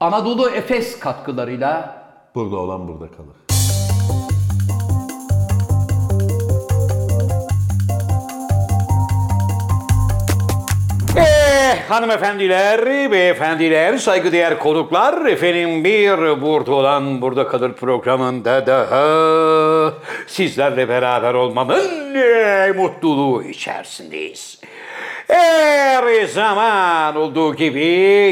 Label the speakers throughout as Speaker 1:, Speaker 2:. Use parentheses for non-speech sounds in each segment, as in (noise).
Speaker 1: Anadolu Efes katkılarıyla
Speaker 2: Burada olan burada kalır.
Speaker 3: Eh, hanımefendiler, beyefendiler, saygıdeğer konuklar, efendim bir burada olan burada kalır programında daha sizlerle beraber olmanın eh, mutluluğu içerisindeyiz. Her zaman olduğu gibi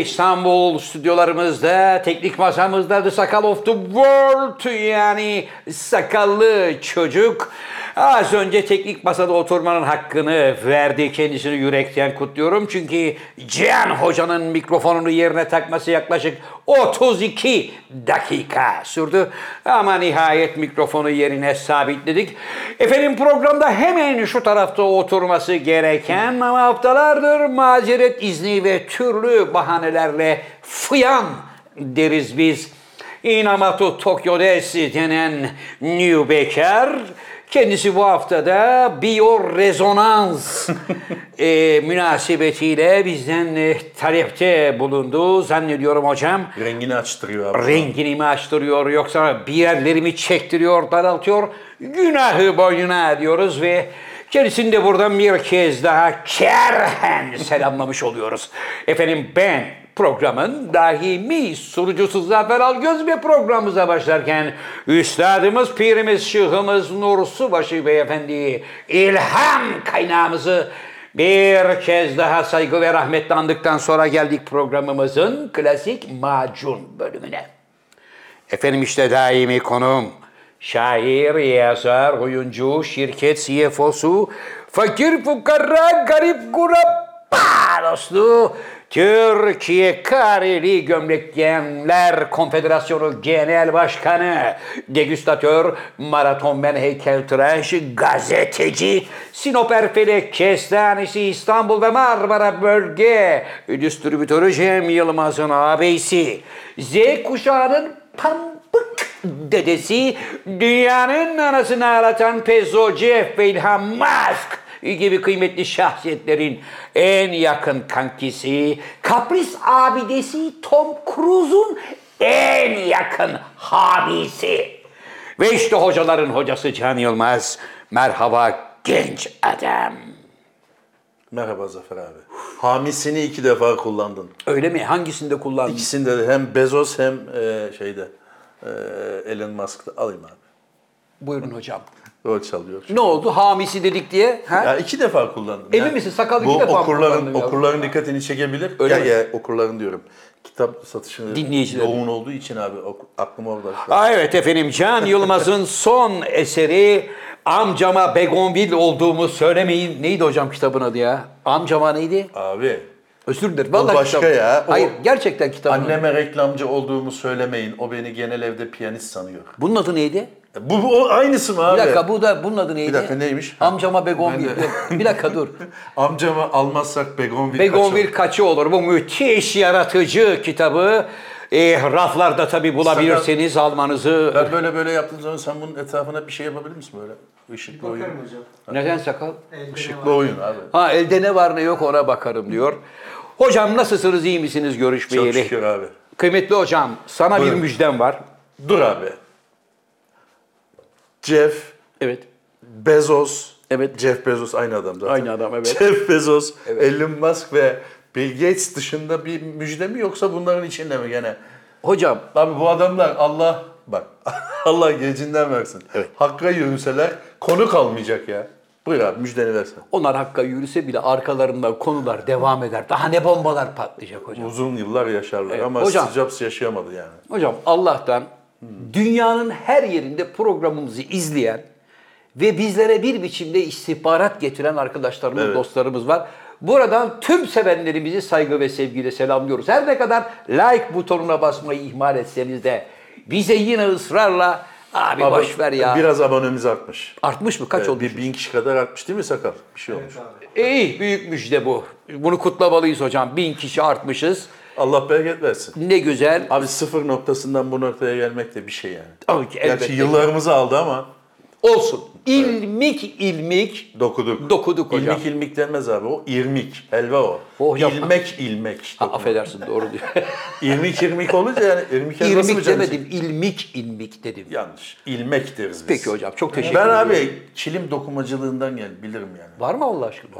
Speaker 3: İstanbul stüdyolarımızda, teknik masamızda The Sakal of the World yani sakallı çocuk. Az önce teknik masada oturmanın hakkını verdi. Kendisini yürekten kutluyorum. Çünkü Cihan Hoca'nın mikrofonunu yerine takması yaklaşık 32 dakika sürdü. Ama nihayet mikrofonu yerine sabitledik. Efendim programda hemen şu tarafta oturması gereken ama haftalardır mazeret izni ve türlü bahanelerle fıyan deriz biz. Inamatu Tokyo Dersi denen New Baker. Kendisi bu haftada biyorezonans e, münasebetiyle bizden e, talepte bulundu. Zannediyorum hocam
Speaker 2: Rengini açtırıyor abi.
Speaker 3: rengini mi açtırıyor yoksa bir yerlerimi çektiriyor, daraltıyor. Günahı boynuna diyoruz ve kendisini de buradan bir kez daha kerhen selamlamış oluyoruz. Efendim ben programın daimi sunucusu Zafer Algöz ve programımıza başlarken üstadımız, pirimiz, şıhımız Nur Subaşı Beyefendi ilham kaynağımızı bir kez daha saygı ve rahmetle andıktan sonra geldik programımızın klasik macun bölümüne. Efendim işte daimi konuğum. Şair, yazar, oyuncu, şirket CFO'su, fakir, fukara, garip, kurabba dostu, Türkiye Kareli Gömlek Giyenler Konfederasyonu Genel Başkanı, degüstatör, maratonmen, heykeltıraş, gazeteci, Sinop Erfelek Kestanesi İstanbul ve Marmara Bölge, distribütörü Cem Yılmaz'ın ağabeysi, Z kuşağının pambık dedesi dünyanın anasını ağlatan Pezzo, Jeff ve İlhan Musk gibi kıymetli şahsiyetlerin en yakın kankisi, kapris abidesi Tom Cruise'un en yakın habisi. Ve işte hocaların hocası Can Yılmaz. Merhaba genç adam.
Speaker 2: Merhaba Zafer abi. Hamisini iki defa kullandın.
Speaker 3: Öyle mi? Hangisinde kullandın?
Speaker 2: İkisinde de hem Bezos hem e, şeyde e, Elon Musk'ta alayım abi.
Speaker 3: Buyurun hocam.
Speaker 2: Rol çalıyor.
Speaker 3: Ne oldu? Hamisi dedik diye. Ha?
Speaker 2: Ya iki defa kullandım.
Speaker 3: Emin misin? Sakal iki
Speaker 2: bu
Speaker 3: defa mı
Speaker 2: okurların,
Speaker 3: kullandın ya?
Speaker 2: okurların dikkatini çekebilir.
Speaker 3: Öyle
Speaker 2: ya,
Speaker 3: mi?
Speaker 2: ya okurların diyorum. Kitap satışı
Speaker 3: Dinleyicilerin.
Speaker 2: yoğun olduğu için abi ok- aklım orada. şu an.
Speaker 3: Aa, evet efendim Can
Speaker 2: (laughs)
Speaker 3: Yılmaz'ın son eseri Amcama Begonvil olduğumu söylemeyin. Neydi hocam kitabın adı ya? Amcama neydi?
Speaker 2: Abi
Speaker 3: Özür dilerim. Vallahi
Speaker 2: başka
Speaker 3: kitabın-
Speaker 2: ya, o-
Speaker 3: Hayır gerçekten kitabın adı.
Speaker 2: anneme reklamcı olduğumu söylemeyin. O beni genel evde piyanist sanıyor.
Speaker 3: Bunun adı neydi?
Speaker 2: Bu, bu o aynısı mı abi?
Speaker 3: Bir dakika bu da bunun adı neydi?
Speaker 2: dakika, neymiş?
Speaker 3: Amcama Begonvil.
Speaker 2: Ben de-
Speaker 3: Yok, bir dakika
Speaker 2: (laughs)
Speaker 3: dur.
Speaker 2: Amcamı almazsak Begonvil
Speaker 3: Begonvil
Speaker 2: kaçar.
Speaker 3: kaçı olur? Bu müthiş yaratıcı kitabı. Eh, raflarda tabi bulabilirseniz almanızı.
Speaker 2: Ben böyle böyle yaptığım zaman sen bunun etrafına bir şey yapabilir misin böyle? Işıklı oyun.
Speaker 4: Bakarım hocam.
Speaker 3: Neden sakal?
Speaker 4: Elde ne
Speaker 2: Işıklı
Speaker 4: var?
Speaker 2: oyun abi.
Speaker 3: Ha elde ne var ne yok ona bakarım diyor. Hocam nasılsınız iyi misiniz
Speaker 2: Çok
Speaker 3: görüşmeyeli?
Speaker 2: şükür abi.
Speaker 3: Kıymetli hocam sana
Speaker 2: Buyurun.
Speaker 3: bir müjdem var.
Speaker 2: Dur abi. Jeff
Speaker 3: Evet.
Speaker 2: Bezos.
Speaker 3: Evet.
Speaker 2: Jeff Bezos aynı adam zaten.
Speaker 3: Aynı
Speaker 2: (laughs)
Speaker 3: adam, evet.
Speaker 2: Jeff Bezos, Elon Musk ve Bill Gates dışında bir müjde mi yoksa bunların içinde mi gene?
Speaker 3: (laughs) Hocam
Speaker 2: Abi bu adamlar Allah bak (laughs) Allah gecinden versin.
Speaker 3: Evet.
Speaker 2: Hakka yürüseler konu kalmayacak ya. Buyur abi müjdeni versen.
Speaker 3: onlar hakka yürüse bile arkalarından konular devam eder. Daha ne bombalar patlayacak hocam.
Speaker 2: Uzun yıllar yaşarlar
Speaker 3: Evet,
Speaker 2: ama
Speaker 3: hocam.
Speaker 2: Steve Jobs yaşayamadı yani.
Speaker 3: Hocam Allah'tan dünyanın her yerinde programımızı izleyen ve bizlere bir biçimde istihbarat getiren arkadaşlarımız,
Speaker 2: Evet.
Speaker 3: dostlarımız var. Buradan tüm sevenlerimizi saygı ve sevgiyle selamlıyoruz. Her ne kadar like butonuna basmayı ihmal etseniz de bize yine ısrarla abi,
Speaker 2: Abi,
Speaker 3: boş ver ya.
Speaker 2: Biraz abonemiz artmış.
Speaker 3: Artmış mı? Kaç
Speaker 2: Evet,
Speaker 3: olmuş?
Speaker 2: bir bin kişi kadar artmış değil mi Sakal? Bir şey olmuş.
Speaker 3: İyi büyük müjde bu. Bunu kutlamalıyız hocam. Bin kişi artmışız.
Speaker 2: Allah bereket versin.
Speaker 3: Ne güzel.
Speaker 2: Abi sıfır noktasından bu noktaya gelmek de bir şey yani.
Speaker 3: Tabii ki
Speaker 2: Gerçi
Speaker 3: elbette.
Speaker 2: yıllarımızı aldı ama
Speaker 1: Olsun. İlmik ilmik
Speaker 2: Dokuduk.
Speaker 1: Dokuduk hocam. Oh,
Speaker 2: İlmik ilmik denmez abi. O irmik. Helva o.
Speaker 1: O hocam-
Speaker 2: İlmek ilmek.
Speaker 1: Ha, affedersin doğru
Speaker 2: (laughs)
Speaker 1: diyor.
Speaker 2: irmik irmik olunca yani irmik helvası mı
Speaker 1: irmik
Speaker 2: canım?
Speaker 1: demedim, ilmik ilmik dedim.
Speaker 2: Yanlış. İlmek deriz biz.
Speaker 1: Peki hocam, çok teşekkür
Speaker 2: ben
Speaker 1: ediyorum.
Speaker 2: abi kilim dokumacılığından gel bilirim yani.
Speaker 1: Var mı Allah aşkına?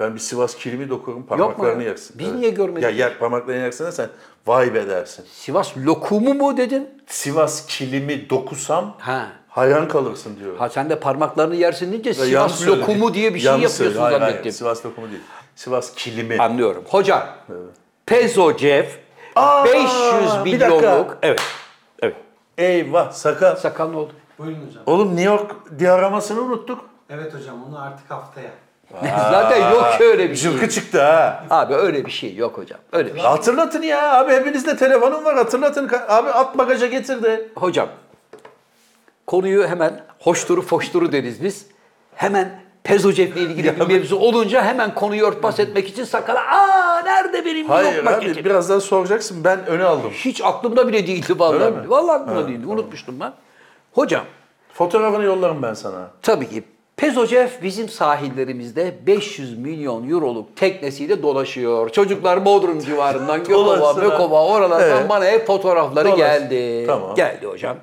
Speaker 2: Ben bir Sivas kilimi dokurum parmaklarını
Speaker 1: ya?
Speaker 2: yersin.
Speaker 1: Biz niye görmedik?
Speaker 2: Ya yer parmaklarını yersin sen vay be dersin.
Speaker 1: Sivas lokumu mu dedin?
Speaker 2: Sivas kilimi dokusam
Speaker 1: Ha.
Speaker 2: hayran kalırsın diyor.
Speaker 1: Ha sen de parmaklarını yersin deyince
Speaker 2: Ya
Speaker 1: Sivas
Speaker 2: yanlış söyledim.
Speaker 1: lokumu diye bir şey
Speaker 2: Yanlış
Speaker 1: yapıyorsun
Speaker 2: söyledim. Hayır, hayır.
Speaker 1: zannettim.
Speaker 2: Sivas lokumu değil. Sivas kilimi.
Speaker 1: Anlıyorum. Hocam, Pezocev
Speaker 2: Aa,
Speaker 1: 500
Speaker 2: bir dakika.
Speaker 1: milyonluk... Evet. Evet.
Speaker 2: Eyvah sakal.
Speaker 1: Sakal ne oldu? (laughs)
Speaker 5: Buyurun hocam.
Speaker 2: Oğlum New York diyaramasını unuttuk.
Speaker 5: Evet hocam onu artık haftaya.
Speaker 1: Zaten yok ki öyle bir şey.
Speaker 2: Cılkı çıktı ha.
Speaker 1: Abi öyle bir şey yok hocam. Öyle bir şey.
Speaker 2: Hatırlatın ya abi hepinizde telefonum var hatırlatın. Ka- Abi at bagaja getirdi.
Speaker 1: Hocam konuyu hemen hoşturu foşturu deriz biz. Hemen Pezocev'le ilgili bir mevzu olunca hemen konuyu örtbas etmek için sakala aa nerede benim
Speaker 2: Hayır
Speaker 1: yok
Speaker 2: abi
Speaker 1: maketim?"
Speaker 2: biraz daha soracaksın ben öne aldım.
Speaker 1: Hiç aklımda bile değildi
Speaker 2: Öyle
Speaker 1: vallahi.
Speaker 2: mi?
Speaker 1: Vallahi aklımda değildi. Unutmuştum ben. Hocam
Speaker 2: Fotoğrafını yollarım ben sana.
Speaker 1: tabii ki Pezocev bizim sahillerimizde 500 milyon euroluk teknesiyle dolaşıyor. Çocuklar Bodrum
Speaker 2: (laughs)
Speaker 1: civarından Gökova,
Speaker 2: Dolaşsın ha.
Speaker 1: Mökova oralardan
Speaker 2: Evet.
Speaker 1: bana hep fotoğrafları
Speaker 2: Dolaşsın.
Speaker 1: geldi.
Speaker 2: Tamam.
Speaker 1: Geldi hocam.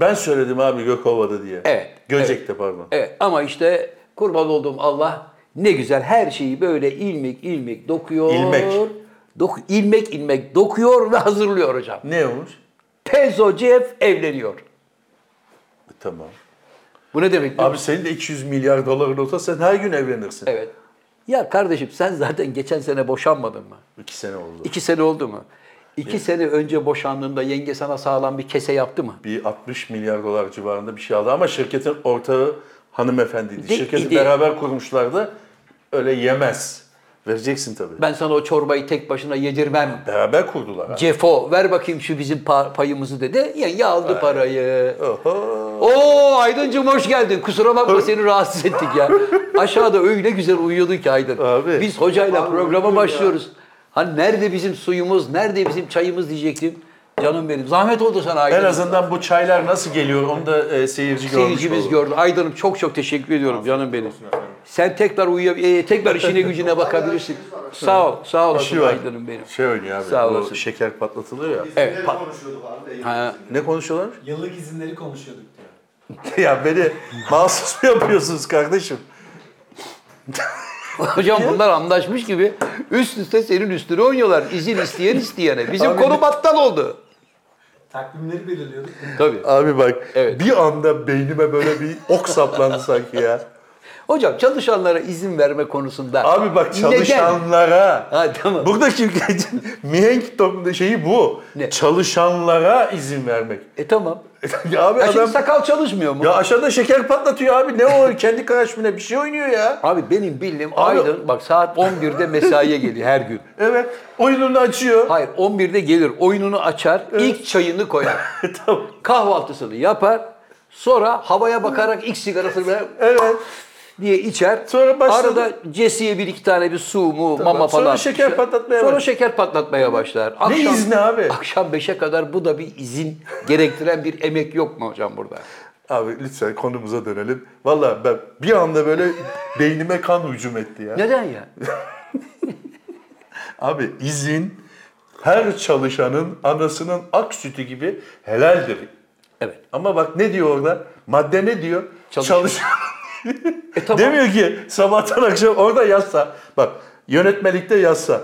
Speaker 2: Ben söyledim abi Gökova'da diye.
Speaker 1: Evet,
Speaker 2: Göcek'te pardon.
Speaker 1: Evet ama işte kurban olduğum Allah ne güzel her şeyi böyle ilmek ilmek dokuyor.
Speaker 2: İlmek.
Speaker 1: Doku, ilmek ilmek dokuyor ve hazırlıyor hocam.
Speaker 2: Ne olmuş?
Speaker 1: Pezocev evleniyor.
Speaker 2: E, Tamam.
Speaker 1: Bu ne demek? biliyor
Speaker 2: Abi senin de 200 milyar doların olsa sen her gün evlenirsin.
Speaker 1: Evet. Ya kardeşim sen zaten geçen sene boşanmadın mı?
Speaker 2: İki sene oldu.
Speaker 1: İki sene oldu mu? İki sene önce boşandığında yenge sana sağlam bir kese yaptı mı?
Speaker 2: Bir 60 milyar dolar civarında bir şey aldı ama şirketin ortağı hanımefendiydi.
Speaker 1: De-
Speaker 2: Şirketi
Speaker 1: idi.
Speaker 2: beraber kurmuşlardı. Öyle yemez. Vereceksin tabii.
Speaker 1: Ben sana o çorbayı tek başına yedirmem.
Speaker 2: Beraber kurdular. abi.
Speaker 1: Cefo ver bakayım şu bizim pa- payımızı dedi. Yenge aldı parayı.
Speaker 2: Oho.
Speaker 1: Oo Aydıncığım hoş geldin. Kusura bakma seni rahatsız ettik
Speaker 2: (laughs)
Speaker 1: ya. Aşağıda öyle güzel uyuyordun ki Aydın.
Speaker 2: Abi.
Speaker 1: Biz hocayla
Speaker 5: Abi,
Speaker 1: programa
Speaker 5: uyudum ya.
Speaker 1: başlıyoruz. Hani nerede bizim suyumuz, nerede bizim çayımız diyecektim. Canım benim. Zahmet oldu sana Aydın.
Speaker 2: En azından bu çaylar nasıl geliyor onu da e, seyirci görmüş
Speaker 1: Seyircimiz
Speaker 2: olur.
Speaker 1: gördü. Aydın'ım çok çok teşekkür ediyorum canım benim. Sen tekrar uyuyor, tekrar işine gücüne
Speaker 2: (laughs)
Speaker 1: bakabilirsin. Sağ ol, sağ olasın
Speaker 2: şey var.
Speaker 1: Aydın'ım benim.
Speaker 2: Şey oynuyor abi.
Speaker 1: Sağ
Speaker 2: bu
Speaker 1: olasın.
Speaker 2: şeker patlatılıyor ya.
Speaker 1: Evet,
Speaker 5: İzinleri konuşuyorduk abi. de, yıllık
Speaker 1: Ha.
Speaker 5: izinleri.
Speaker 2: Ne konuşuyorlarmış?
Speaker 5: Yıllık izinleri konuşuyorduk
Speaker 2: (laughs)
Speaker 5: diyor.
Speaker 2: ya beni mahsus mu yapıyorsunuz kardeşim?
Speaker 1: Hocam bunlar anlaşmış gibi üst üste senin üstüne oynuyorlar. İzin isteyen isteyene. Bizim konu battal oldu.
Speaker 5: Takvimleri belirliyorduk.
Speaker 1: Tabii.
Speaker 2: Abi bak
Speaker 1: Evet.
Speaker 2: bir anda beynime böyle bir ok saplandı sanki ya.
Speaker 1: Hocam çalışanlara izin verme konusunda.
Speaker 2: Abi bak
Speaker 1: neden?
Speaker 2: çalışanlara.
Speaker 1: Ha, tamam.
Speaker 2: Burada şirketin (laughs) mihenk tom- şeyi bu.
Speaker 1: Ne?
Speaker 2: Çalışanlara izin vermek. (laughs)
Speaker 1: E tamam.
Speaker 2: ya abi
Speaker 1: Ya
Speaker 2: adam
Speaker 1: şimdi sakal çalışmıyor mu?
Speaker 2: ya aşağıda şeker patlatıyor abi. Ne o kendi karışmına bir şey oynuyor ya.
Speaker 1: Abi benim bildiğim
Speaker 2: Abi-
Speaker 1: Aydın bak saat 11'de mesaiye geliyor her gün.
Speaker 2: Evet. Oyununu açıyor.
Speaker 1: Hayır 11'de gelir oyununu açar, ilk çayını koyar.
Speaker 2: (laughs) tamam.
Speaker 1: Kahvaltısını yapar. Sonra havaya bakarak ilk sigarasını böyle
Speaker 2: Evet.
Speaker 1: diye içer.
Speaker 2: Sonra başladı.
Speaker 1: Arada cesiye bir iki tane bir su mu, mama
Speaker 2: Sonra
Speaker 1: falan.
Speaker 2: şeker
Speaker 1: İşte-
Speaker 2: patlatmaya
Speaker 1: Sonra
Speaker 2: başlar.
Speaker 1: şeker patlatmaya başlar.
Speaker 2: izni abi?
Speaker 1: Akşam 5'e kadar bu da bir izin gerektiren bir emek yok mu hocam burada?
Speaker 2: Abi lütfen konumuza dönelim. Vallahi ben bir anda böyle beynime kan hücum etti ya.
Speaker 1: Neden ya?
Speaker 2: Abi izin her çalışanın anasının ak sütü gibi helaldir.
Speaker 1: Evet.
Speaker 2: Ama bak ne diyor orada? Madde ne diyor?
Speaker 1: Çalışan.
Speaker 2: Çalışan.
Speaker 1: (laughs) E tamam.
Speaker 2: Demiyor ki sabahtan akşam orada yazsa. Bak yönetmelikte yazsa.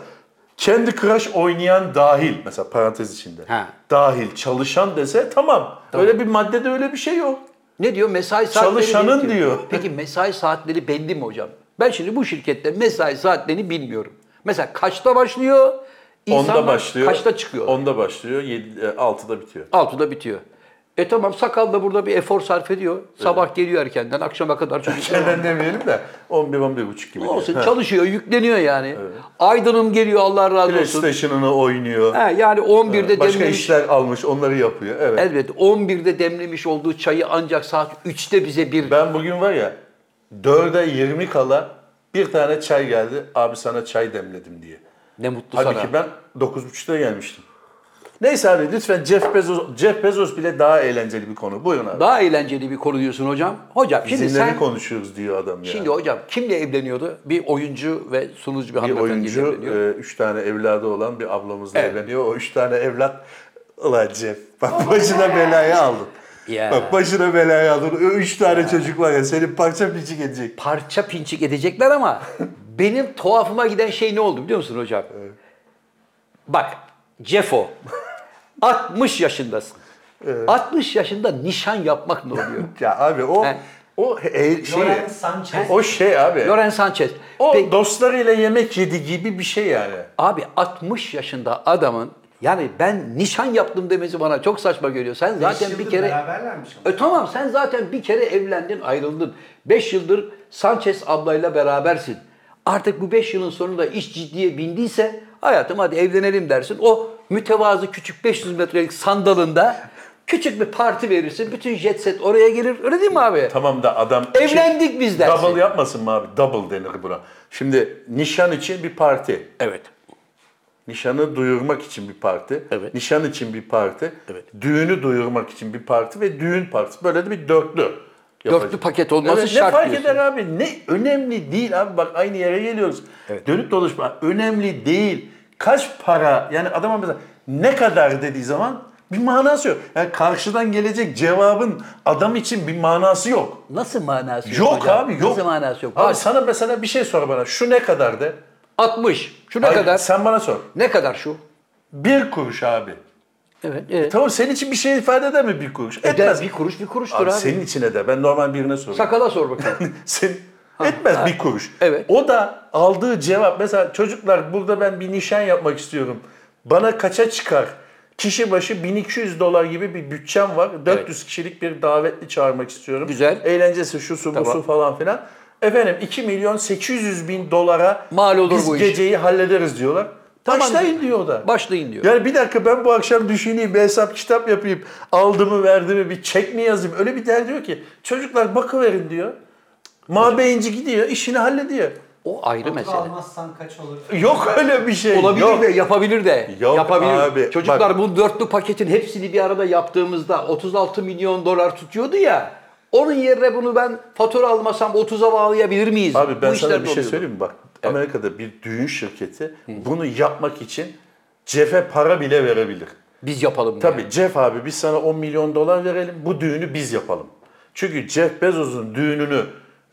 Speaker 2: Kendi crush oynayan dahil. Mesela parantez içinde.
Speaker 1: Ha.
Speaker 2: Dahil çalışan dese tamam. Öyle bir maddede öyle bir şey yok.
Speaker 1: Ne diyor? Mesai saatleri
Speaker 2: Çalışanın
Speaker 1: belirtiyor.
Speaker 2: diyor.
Speaker 1: Peki mesai saatleri belli mi hocam? Ben şimdi bu şirkette mesai saatlerini bilmiyorum. Mesela kaçta başlıyor? İnsanlar
Speaker 2: Onda başlıyor.
Speaker 1: Kaçta çıkıyor?
Speaker 2: Onda başlıyor. 7, 6'da bitiyor.
Speaker 1: Altıda bitiyor. E tamam sakal da burada bir efor sarf ediyor. Sabah geliyor erkenden, akşama kadar
Speaker 2: (laughs)
Speaker 1: çocuk.
Speaker 2: Erkenden demeyelim de 11-11.30 gibi.
Speaker 1: olsun
Speaker 2: diyor. Ha.
Speaker 1: çalışıyor, yükleniyor yani. Aydın'ım geliyor Allah razı olsun.
Speaker 2: PlayStation'ını oynuyor.
Speaker 1: He, yani 11'de
Speaker 2: Başka
Speaker 1: demlemiş.
Speaker 2: işler almış onları yapıyor. Evet.
Speaker 1: Elbette 11'de demlemiş olduğu çayı ancak saat 3'te bize bir
Speaker 2: Ben bugün var ya 4'e 20 kala bir tane çay geldi. Abi sana çay demledim diye.
Speaker 1: ne mutlu sana.
Speaker 2: Halbuki ben 9.30'da gelmiştim. Neyse abi lütfen Jeff Bezos, Jeff Bezos bile daha eğlenceli bir konu. Buyurun abi.
Speaker 1: Daha eğlenceli bir konu diyorsun hocam. Hocam şimdi
Speaker 2: Şimdi
Speaker 1: sen
Speaker 2: konuşuyoruz diyor adam ya.
Speaker 1: şimdi hocam kimle evleniyordu? Bir oyuncu ve sunucu bir
Speaker 2: bir
Speaker 1: hanımefendiyle
Speaker 2: oyuncu,
Speaker 1: evleniyor.
Speaker 2: e, üç tane evladı olan bir ablamızla
Speaker 1: Evet.
Speaker 2: evleniyor. O üç tane evlat, ulan Jeff bak başına belayı aldın.
Speaker 1: Ya.
Speaker 2: Bak başına belayı aldın. O üç tane çocuk var ya senin parça piçik edecek.
Speaker 1: parça pinçik edecekler ama benim tuhafıma giden şey ne oldu biliyor musun hocam? Bak Cefo 60 yaşındasın. 60 yaşında nişan yapmak ne
Speaker 2: (laughs)
Speaker 1: oluyor?
Speaker 2: Ya abi o
Speaker 1: He.
Speaker 2: o e, şey
Speaker 5: Loren Sanchez.
Speaker 2: o şey abi.
Speaker 1: Loren Sanchez.
Speaker 2: o
Speaker 1: Peki,
Speaker 2: dostlarıyla yemek yedi gibi bir şey yani.
Speaker 1: abi 60 yaşında adamın yani ben nişan yaptım demesi bana çok saçma geliyor. Sen zaten bir
Speaker 5: yıldır
Speaker 1: kere
Speaker 5: beraberlermiş ama.
Speaker 1: E tamam sen zaten bir kere evlendin, ayrıldın. 5 yıldır Sanchez ablayla berabersin. Artık bu 5 yılın sonunda iş ciddiye bindiyse hayatım hadi evlenelim dersin. O mütevazı küçük 500 metrelik sandalında küçük bir parti verirsin. Bütün jet set oraya gelir. Öyle değil mi abi?
Speaker 2: Tamam da adam Şey,
Speaker 1: Evlendik biz dersin.
Speaker 2: Double yapmasın mı abi? Double denir buna. Şimdi nişan için bir parti.
Speaker 1: Evet.
Speaker 2: Nişanı duyurmak için bir parti.
Speaker 1: Evet.
Speaker 2: Nişan için bir parti.
Speaker 1: Evet.
Speaker 2: Düğünü duyurmak için bir parti ve düğün partisi. Böyle de bir dörtlü. yapacak.
Speaker 1: paket olması
Speaker 2: Evet,
Speaker 1: şart
Speaker 2: Ne fark
Speaker 1: diyorsun.
Speaker 2: eder abi? Ne önemli değil abi bak aynı yere geliyoruz. Dönüp dolaşma önemli değil. Kaç para yani adama mesela ne kadar dediği zaman bir manası yok. Yani karşıdan gelecek cevabın adam için bir manası yok.
Speaker 1: Nasıl manası yok,
Speaker 2: Yok
Speaker 1: hocam?
Speaker 2: abi yok.
Speaker 1: Nasıl manası yok?
Speaker 2: Abi
Speaker 1: Bak,
Speaker 2: sana mesela bir şey sor bana. Şu ne kadar de?
Speaker 1: 60. Şu ne
Speaker 2: Hayır,
Speaker 1: kadar?
Speaker 2: Sen bana sor.
Speaker 1: Ne kadar şu?
Speaker 2: Bir kuruş abi.
Speaker 1: Evet. evet.
Speaker 2: Tamam senin için bir şey ifade eder mi bir kuruş?
Speaker 1: Eder,
Speaker 2: Etmez.
Speaker 1: bir kuruş bir kuruştur
Speaker 2: Abi,
Speaker 1: abi.
Speaker 2: senin için eder. Ben normal birine soruyorum.
Speaker 1: Sakala sor bakalım.
Speaker 2: (laughs) Sen etmez
Speaker 1: ha.
Speaker 2: bir kuruş.
Speaker 1: Evet.
Speaker 2: O da aldığı cevap mesela çocuklar burada ben bir nişan yapmak istiyorum. Bana kaça çıkar? Kişi başı 1200 dolar gibi bir bütçem var. 400 kişilik bir davetli çağırmak istiyorum.
Speaker 1: Güzel.
Speaker 2: Eğlencesi şusu
Speaker 1: Tamam.
Speaker 2: busu falan filan. Efendim 2 milyon 800 bin dolara
Speaker 1: Mal olur
Speaker 2: biz
Speaker 1: bu iş.
Speaker 2: geceyi hallederiz diyorlar.
Speaker 1: Tamam.
Speaker 2: Başlayın diyor o da.
Speaker 1: Başlayın diyor.
Speaker 2: Yani bir dakika ben bu akşam düşüneyim, bir hesap kitap yapayım. Aldı mı verdi mi bir çek mi yazayım. Öyle bir der diyor ki çocuklar bakıverin diyor. Mabeyinci gidiyor işini hallediyor.
Speaker 1: O ayrı
Speaker 5: Koltuk
Speaker 1: mesele.
Speaker 5: almazsan kaç olur?
Speaker 2: Yok öyle bir şey.
Speaker 1: Olabilir
Speaker 2: yok.
Speaker 1: de yapabilir de.
Speaker 2: Yok
Speaker 1: yapabilir.
Speaker 2: abi,
Speaker 1: Çocuklar bu dörtlü paketin hepsini bir arada yaptığımızda 36 milyon dolar tutuyordu ya. Onun yerine bunu ben fatura almasam 30'a bağlayabilir miyiz?
Speaker 2: Abi ben
Speaker 1: Bu işler
Speaker 2: sana bir şey
Speaker 1: doluyordu.
Speaker 2: söyleyeyim mi? Bak Amerika'da bir düğün şirketi bunu yapmak için cefe para bile verebilir.
Speaker 1: Biz yapalım diye.
Speaker 2: Tabii Jeff abi biz sana 10 milyon dolar verelim bu düğünü biz yapalım. Çünkü Jeff Bezos'un düğününü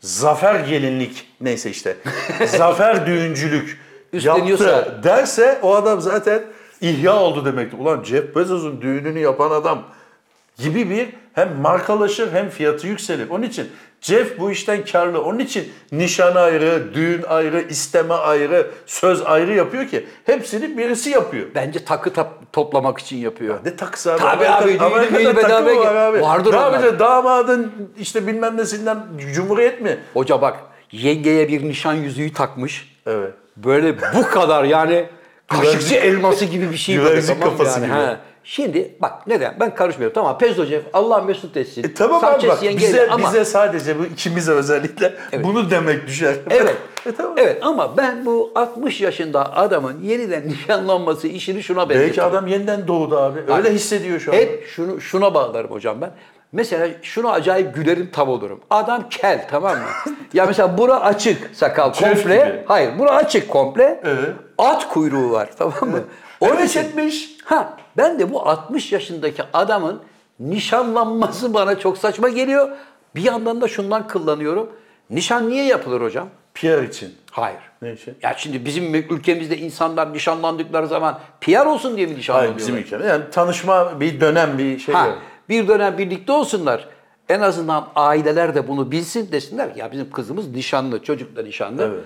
Speaker 2: zafer gelinlik
Speaker 1: (laughs)
Speaker 2: neyse işte zafer düğüncülük
Speaker 1: Üstleniyorsa-
Speaker 2: yaptı derse o adam zaten ihya oldu demektir. Ulan Jeff Bezos'un düğününü yapan adam gibi bir hem markalaşır hem fiyatı yükselir. Onun için Jeff bu işten karlı. Onun için nişan ayrı, düğün ayrı, isteme ayrı, söz ayrı yapıyor ki hepsini birisi yapıyor.
Speaker 1: Bence takı tap- toplamak için yapıyor.
Speaker 2: Ne takısı abi?
Speaker 1: Tabii
Speaker 2: Amerika'da-
Speaker 1: abi, düğünü
Speaker 2: Amerika'da
Speaker 1: düğünü
Speaker 2: takı
Speaker 1: bedava
Speaker 2: mı var
Speaker 1: gel-
Speaker 2: abi.
Speaker 1: Vardır
Speaker 2: ne
Speaker 1: onlar.
Speaker 2: yapacaksın? Damadın işte bilmem nesinden cumhuriyet mi?
Speaker 1: Hoca bak yengeye bir nişan yüzüğü takmış.
Speaker 2: Evet.
Speaker 1: Böyle bu kadar
Speaker 2: (laughs)
Speaker 1: yani kaşıkçı
Speaker 2: Güvercin-
Speaker 1: elması gibi bir şey. böyle,
Speaker 2: Güvercin
Speaker 1: tamam mı
Speaker 2: kafası gibi.
Speaker 1: He. Şimdi bak neden ben karışmıyorum tamam Pez Hoca Allah mesut etsin.
Speaker 2: E tamam abi
Speaker 1: Sanchez
Speaker 2: bak
Speaker 1: yengeyle
Speaker 2: bize,
Speaker 1: ama-
Speaker 2: bize sadece bu ikimize özellikle bunu demek düşer.
Speaker 1: (laughs) Evet.
Speaker 2: (laughs) e tamam.
Speaker 1: Evet ama ben bu 60 yaşında adamın yeniden (laughs) nişanlanması işini şuna benzetiyorum.
Speaker 2: Belki adam yeniden doğdu abi. Öyle
Speaker 1: Bak,
Speaker 2: hissediyor şu an.
Speaker 1: Hep şunu şuna bağlarım hocam ben. Mesela şunu acayip gülerim tam olurum. Adam kel tamam
Speaker 2: (laughs)
Speaker 1: mı? ya mesela bura açık sakal
Speaker 2: Çöp
Speaker 1: komple.
Speaker 2: gibi.
Speaker 1: Hayır bura açık komple.
Speaker 2: Evet.
Speaker 1: At kuyruğu var (laughs) tamam mı? Onun
Speaker 2: Evet,
Speaker 1: için-
Speaker 2: etmiş.
Speaker 1: Ha ben de bu 60 yaşındaki adamın nişanlanması bana çok saçma geliyor. Bir yandan da şundan kullanıyorum. Nişan niye yapılır hocam?
Speaker 2: PR için.
Speaker 1: Hayır.
Speaker 2: Ne için?
Speaker 1: Ya şimdi bizim ülkemizde insanlar nişanlandıkları zaman PR olsun diye mi
Speaker 2: Hayır
Speaker 1: nişanlanıyorlar?
Speaker 2: bizim ülkede. Yani tanışma bir dönem bir şey.
Speaker 1: Ha,
Speaker 2: yok.
Speaker 1: bir dönem birlikte olsunlar. En azından aileler de bunu bilsin desinler. ki, Ya bizim kızımız nişanlı, çocuklar nişanlı.
Speaker 2: Evet.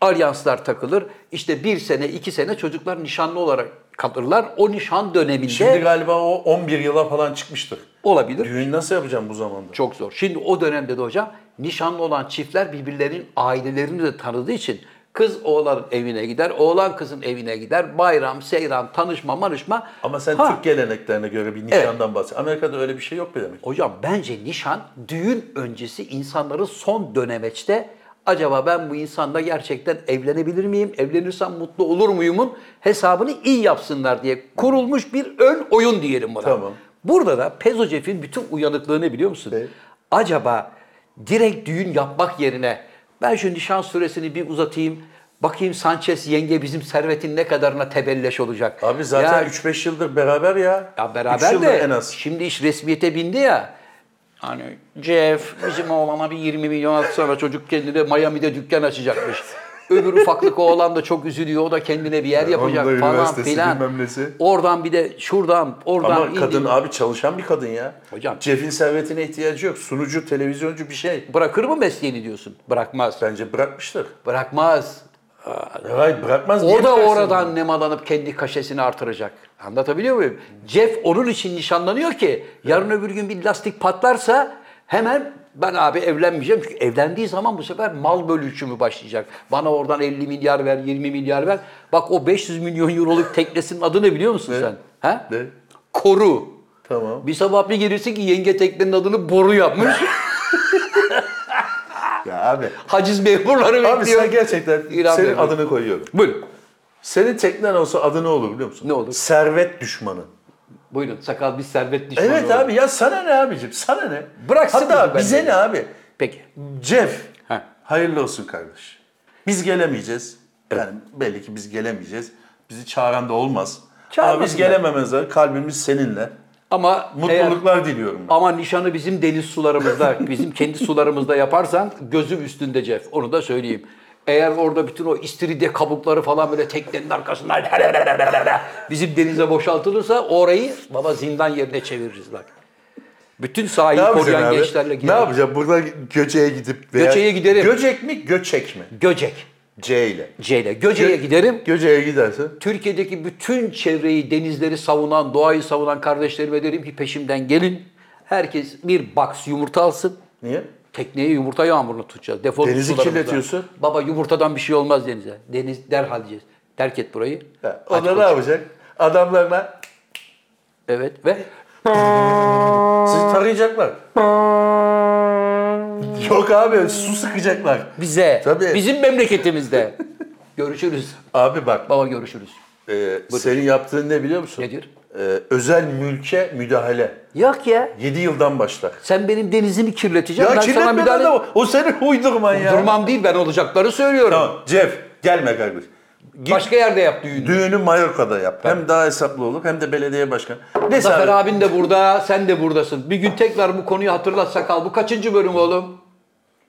Speaker 1: Alyanslar takılır. İşte bir sene, iki sene çocuklar nişanlı olarak kalırlar. O nişan döneminde
Speaker 2: Şimdi galiba o 11 yıla falan çıkmıştır.
Speaker 1: olabilir.
Speaker 2: Düğün nasıl yapacağım bu zamanda?
Speaker 1: Çok zor. Şimdi o dönemde de hocam nişanlı olan çiftler birbirlerinin ailelerini de tanıdığı için kız oğlanın evine gider, oğlan kızın evine gider. Bayram, seyran, tanışma, manışma.
Speaker 2: Ama sen
Speaker 1: Ha,
Speaker 2: Türk geleneklerine göre bir nişandan bahsediyorsun. Amerika'da öyle bir şey yok be demek.
Speaker 1: Hocam bence nişan düğün öncesi insanların son dönemeçte acaba ben bu insanla gerçekten evlenebilir miyim? Evlenirsem mutlu olur muyumun hesabını iyi yapsınlar diye kurulmuş bir ön oyun diyelim buna.
Speaker 2: Tamam.
Speaker 1: Burada da Pezocev'in bütün uyanıklığı ne biliyor musun?
Speaker 2: Evet.
Speaker 1: Acaba direkt düğün yapmak yerine ben şu nişan süresini bir uzatayım. Bakayım Sanchez yenge bizim servetin ne kadarına tebelleş olacak.
Speaker 2: Abi zaten
Speaker 1: Ya-
Speaker 2: 3-5 yıldır beraber ya.
Speaker 1: ya
Speaker 2: Üç
Speaker 1: beraber
Speaker 2: yıldır
Speaker 1: de
Speaker 2: en az.
Speaker 1: şimdi iş resmiyete bindi ya. Hani Jeff bizim oğlana bir 20 milyon atsana çocuk kendine Miami'de dükkan açacakmış. Öbür ufaklık oğlan da çok üzülüyor. O da kendine bir yer yapacak
Speaker 2: onun da
Speaker 1: falan
Speaker 2: üniversitesi,
Speaker 1: filan.
Speaker 2: bilmem nesi.
Speaker 1: Oradan bir de şuradan, oradan
Speaker 2: Ama
Speaker 1: indi.
Speaker 2: kadın abi çalışan bir kadın ya.
Speaker 1: Hocam.
Speaker 2: Jeff'in servetine ihtiyacı yok. Sunucu, televizyoncu bir şey.
Speaker 1: Bırakır mı mesleğini diyorsun? Bırakmaz.
Speaker 2: Bence bırakmıştır.
Speaker 1: Bırakmaz.
Speaker 2: Hayır bırakmaz. niye
Speaker 1: O da
Speaker 2: bıraksın?
Speaker 1: oradan nemalanıp kendi kaşesini artıracak. Anlatabiliyor muyum? Jeff onun için nişanlanıyor ki yarın öbür gün bir lastik patlarsa hemen ben abi evlenmeyeceğim. Çünkü evlendiği zaman bu sefer mal bölüşümü başlayacak. Bana oradan 50 milyar ver, 20 milyar ver. Bak o 500 milyon euroluk teknesinin adı ne biliyor musun sen? Ha?
Speaker 2: Ne?
Speaker 1: Koru.
Speaker 2: Tamam.
Speaker 1: Bir sabah bir gelirsin ki yenge teknenin adını boru
Speaker 2: (laughs)
Speaker 1: yapmış.
Speaker 2: Ya abi.
Speaker 1: Haciz memurları
Speaker 2: Abi
Speaker 1: bekliyor.
Speaker 2: sen gerçekten
Speaker 1: İlhan
Speaker 2: senin
Speaker 1: Bey.
Speaker 2: adını koyuyorum.
Speaker 1: Buyurun.
Speaker 2: Senin teknen olsa adı ne olur biliyor musun?
Speaker 1: Ne olur?
Speaker 2: Servet düşmanı.
Speaker 1: Buyurun. Sakal bir servet düşmanı
Speaker 2: Evet
Speaker 1: olur.
Speaker 2: abi ya sana ne abicim? Sana ne?
Speaker 1: Bıraksın bizi
Speaker 2: Hatta
Speaker 1: ben
Speaker 2: bize
Speaker 1: de.
Speaker 2: ne abi?
Speaker 1: Peki.
Speaker 2: Cef.
Speaker 1: Ha.
Speaker 2: Hayırlı olsun kardeş. Biz gelemeyeceğiz. Yani belli ki biz gelemeyeceğiz. Bizi çağıran da olmaz. Ama biz
Speaker 1: Çağırmasınlar.
Speaker 2: gelememezler. Kalbimiz seninle.
Speaker 1: Ama eğer-
Speaker 2: Mutluluklar diliyorum ben.
Speaker 1: Ama nişanı bizim deniz
Speaker 2: (laughs)
Speaker 1: sularımızda, bizim kendi sularımızda yaparsan gözüm üstünde Cef. Onu da söyleyeyim. Eğer orada bütün o istiridye kabukları falan böyle teknenin arkasından (laughs) bizim denize boşaltılırsa orayı baba zindan yerine çeviririz bak. Bütün sahili koruyan gençlerle
Speaker 2: Ne
Speaker 1: gider.
Speaker 2: yapacağım? Buradan Göcek'e gidip veya...
Speaker 1: Göcek'e giderim.
Speaker 2: Göcek mi? Göçek mi?
Speaker 1: Göcek.
Speaker 2: C ile.
Speaker 1: C ile. Göce'ye
Speaker 2: Gö-
Speaker 1: giderim.
Speaker 2: Göcek'e gidersin.
Speaker 1: Türkiye'deki bütün çevreyi, denizleri savunan, doğayı savunan kardeşlerime derim ki peşimden gelin. Herkes bir box yumurta alsın.
Speaker 2: Niye?
Speaker 1: Tekneye yumurta yağmurunu tutacağız. Defol
Speaker 2: Denizi
Speaker 1: sularımızda.
Speaker 2: kirletiyorsun.
Speaker 1: Baba yumurtadan bir şey olmaz denize. Deniz derhal diyeceğiz. Terk et burayı.
Speaker 2: Ha,
Speaker 1: Aç
Speaker 2: o da ne
Speaker 1: koç.
Speaker 2: yapacak? Adamlarına
Speaker 1: Evet ve
Speaker 2: sizi tarayacaklar. Yok abi su sıkacaklar.
Speaker 1: bize,
Speaker 2: Tabii.
Speaker 1: bizim memleketimizde. (laughs) görüşürüz.
Speaker 2: Abi bak
Speaker 1: Baba görüşürüz.
Speaker 2: e, senin yaptığın ne biliyor musun?
Speaker 1: Nedir?
Speaker 2: E, özel mülke müdahale.
Speaker 1: Yok ya.
Speaker 2: 7 yıldan başlar.
Speaker 1: Sen benim denizimi kirleteceksin.
Speaker 2: ya
Speaker 1: ben sana
Speaker 2: kirletmeden
Speaker 1: müdahale...
Speaker 2: de o- o senin uydurman ya.
Speaker 1: Durmam değil ben olacakları söylüyorum.
Speaker 2: Tamam Cef gelme kardeş. Git
Speaker 1: Başka yerde yap düğünü.
Speaker 2: düğünü Mallorca'da yap. Hem daha hesaplı olur hem de belediye başkanı. Neyse
Speaker 1: Zafer
Speaker 2: abi.
Speaker 1: abin de burada, sen de buradasın. Bir gün tekrar bu konuyu hatırlat sakal. Bu kaçıncı bölüm oğlum?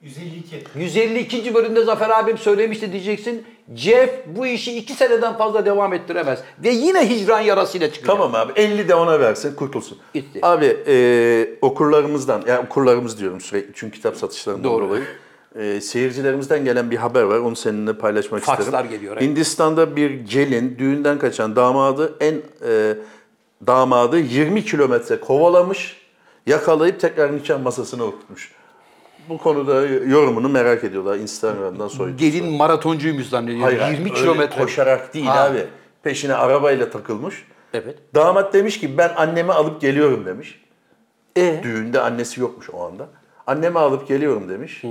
Speaker 5: 152.
Speaker 1: 152. bölümde Zafer abim söylemişti diyeceksin. Jeff bu işi 2 seneden fazla devam ettiremez. Ve yine hicran yarasıyla çıkacak.
Speaker 2: Tamam abi 50 de ona versin kurtulsun.
Speaker 1: Gitti.
Speaker 2: Abi e, okurlarımızdan, yani okurlarımız diyorum sürekli çünkü kitap satışlarından
Speaker 1: Doğru.
Speaker 2: dolayı. E, seyircilerimizden gelen bir haber var. Onu seninle paylaşmak
Speaker 1: Fakslar
Speaker 2: isterim.
Speaker 1: geliyor, evet.
Speaker 2: Hindistan'da bir gelin düğünden kaçan damadı en e, damadı 20 kilometre kovalamış. Yakalayıp tekrar nikah masasına oturtmuş. Bu konuda yorumunu merak ediyorlar. Instagram'dan soydu.
Speaker 1: Gelin maratoncuymuş zannediyor.
Speaker 2: Hayır,
Speaker 1: 20
Speaker 2: 20
Speaker 1: kilometre.
Speaker 2: koşarak değil
Speaker 1: Ha.
Speaker 2: abi. Peşine arabayla takılmış.
Speaker 1: Evet.
Speaker 2: Damat demiş ki ben annemi alıp geliyorum demiş.
Speaker 1: E?
Speaker 2: Düğünde annesi yokmuş o anda. Annemi alıp geliyorum demiş.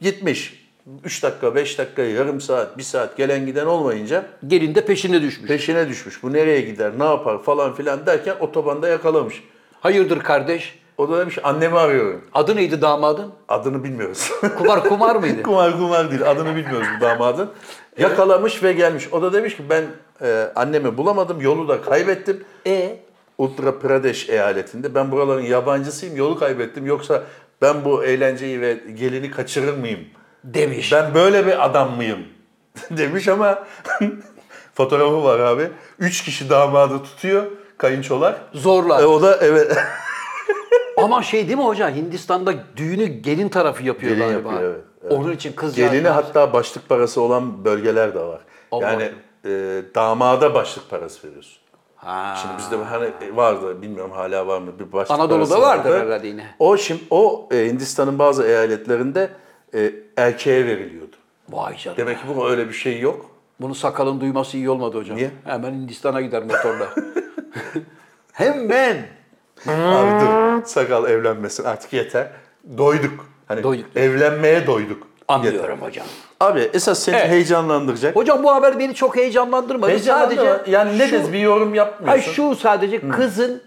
Speaker 2: Gitmiş. 3 dakika, 5 dakika, yarım saat, 1 saat gelen giden olmayınca
Speaker 1: Gelin de peşine düşmüş.
Speaker 2: peşine düşmüş. Bu nereye gider, ne yapar falan filan derken otobanda yakalamış.
Speaker 1: Hayırdır kardeş?
Speaker 2: O da demiş annemi arıyorum.
Speaker 1: Adı neydi damadın?
Speaker 2: Adını bilmiyoruz. (laughs)
Speaker 1: Kumar kumar mıydı?
Speaker 2: kumar kumar değil. Adını bilmiyoruz bu damadın. Yakalamış ve gelmiş. O da demiş ki ben e, annemi bulamadım. Yolu da kaybettim.
Speaker 1: e?
Speaker 2: Uttar Pradeş eyaletinde. Ben buraların yabancısıyım. Yolu kaybettim. Yoksa ben bu eğlenceyi ve gelini kaçırır mıyım?
Speaker 1: Demiş.
Speaker 2: Ben böyle bir adam mıyım? (laughs) Demiş ama (laughs) fotoğrafı var abi. Üç kişi damadı tutuyor. Kayınçolar.
Speaker 1: Zorla.
Speaker 2: E, o da evet.
Speaker 1: Ama şey değil mi hocam? Hindistan'da düğünü gelin tarafı yapıyor
Speaker 2: Gelin
Speaker 1: galiba.
Speaker 2: yapıyor, evet,
Speaker 1: Onun için kız
Speaker 2: (laughs) Gelini
Speaker 1: yani-
Speaker 2: hatta başlık parası olan bölgeler de var.
Speaker 1: Allah
Speaker 2: Yani e, damada başlık parası veriyorsun.
Speaker 1: Ha.
Speaker 2: Şimdi bizde hani vardı bilmiyorum hala var mı bir başlık
Speaker 1: Anadolu'da
Speaker 2: parası
Speaker 1: vardır
Speaker 2: vardı.
Speaker 1: herhalde yine.
Speaker 2: O şimdi o e, Hindistan'ın bazı eyaletlerinde e, erkeğe veriliyordu.
Speaker 1: Vay canına.
Speaker 2: Demek ki bu öyle bir şey yok.
Speaker 1: Bunu sakalın duyması iyi olmadı hocam.
Speaker 2: Niye?
Speaker 1: Hemen Hindistan'a gider motorla. Hemen.
Speaker 2: Abi dur sakal evlenmesin artık yeter. Doyduk. Hani
Speaker 1: Doyduk.
Speaker 2: evlenmeye doyduk.
Speaker 1: Anlıyorum hocam.
Speaker 2: Abi esas seni
Speaker 1: Evet.
Speaker 2: heyecanlandıracak.
Speaker 1: Hocam bu haber beni çok heyecanlandırmadı.
Speaker 2: Heyecanlandı
Speaker 1: Sadece
Speaker 2: mı? yani ne
Speaker 1: şu-
Speaker 2: dez bir yorum yapmıyorsun.
Speaker 1: Ay şu sadece kızın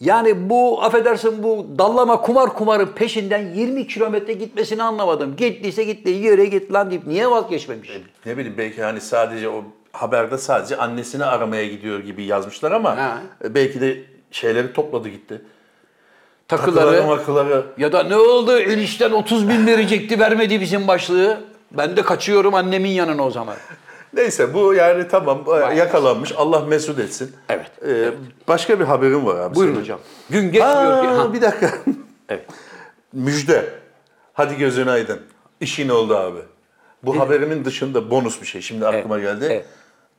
Speaker 1: yani bu affedersin bu dallama kumar kumarın peşinden 20 kilometre gitmesini anlamadım. Gittiyse gitti yere git lan deyip niye vazgeçmemiş?
Speaker 2: ne bileyim belki hani sadece o haberde sadece annesini aramaya gidiyor gibi yazmışlar ama
Speaker 1: Ha.
Speaker 2: e, belki de şeyleri topladı gitti. Takıları,
Speaker 1: Takıları
Speaker 2: makıları.
Speaker 1: ya da ne oldu enişten 30 bin verecekti vermedi bizim başlığı. Ben de kaçıyorum annemin yanına o zaman.
Speaker 2: Neyse bu yani tamam e, yakalanmış. Allah mesut etsin.
Speaker 1: Evet,
Speaker 2: E, Başka bir haberim var abi.
Speaker 1: Buyurun
Speaker 2: senin.
Speaker 1: hocam. Gün geçmiyor ki. Ha.
Speaker 2: Aa, bir dakika. (laughs)
Speaker 1: Evet.
Speaker 2: Müjde. Hadi gözün aydın. İşin oldu abi. Bu haberimin dışında bonus bir şey. Şimdi aklıma geldi.
Speaker 1: evet.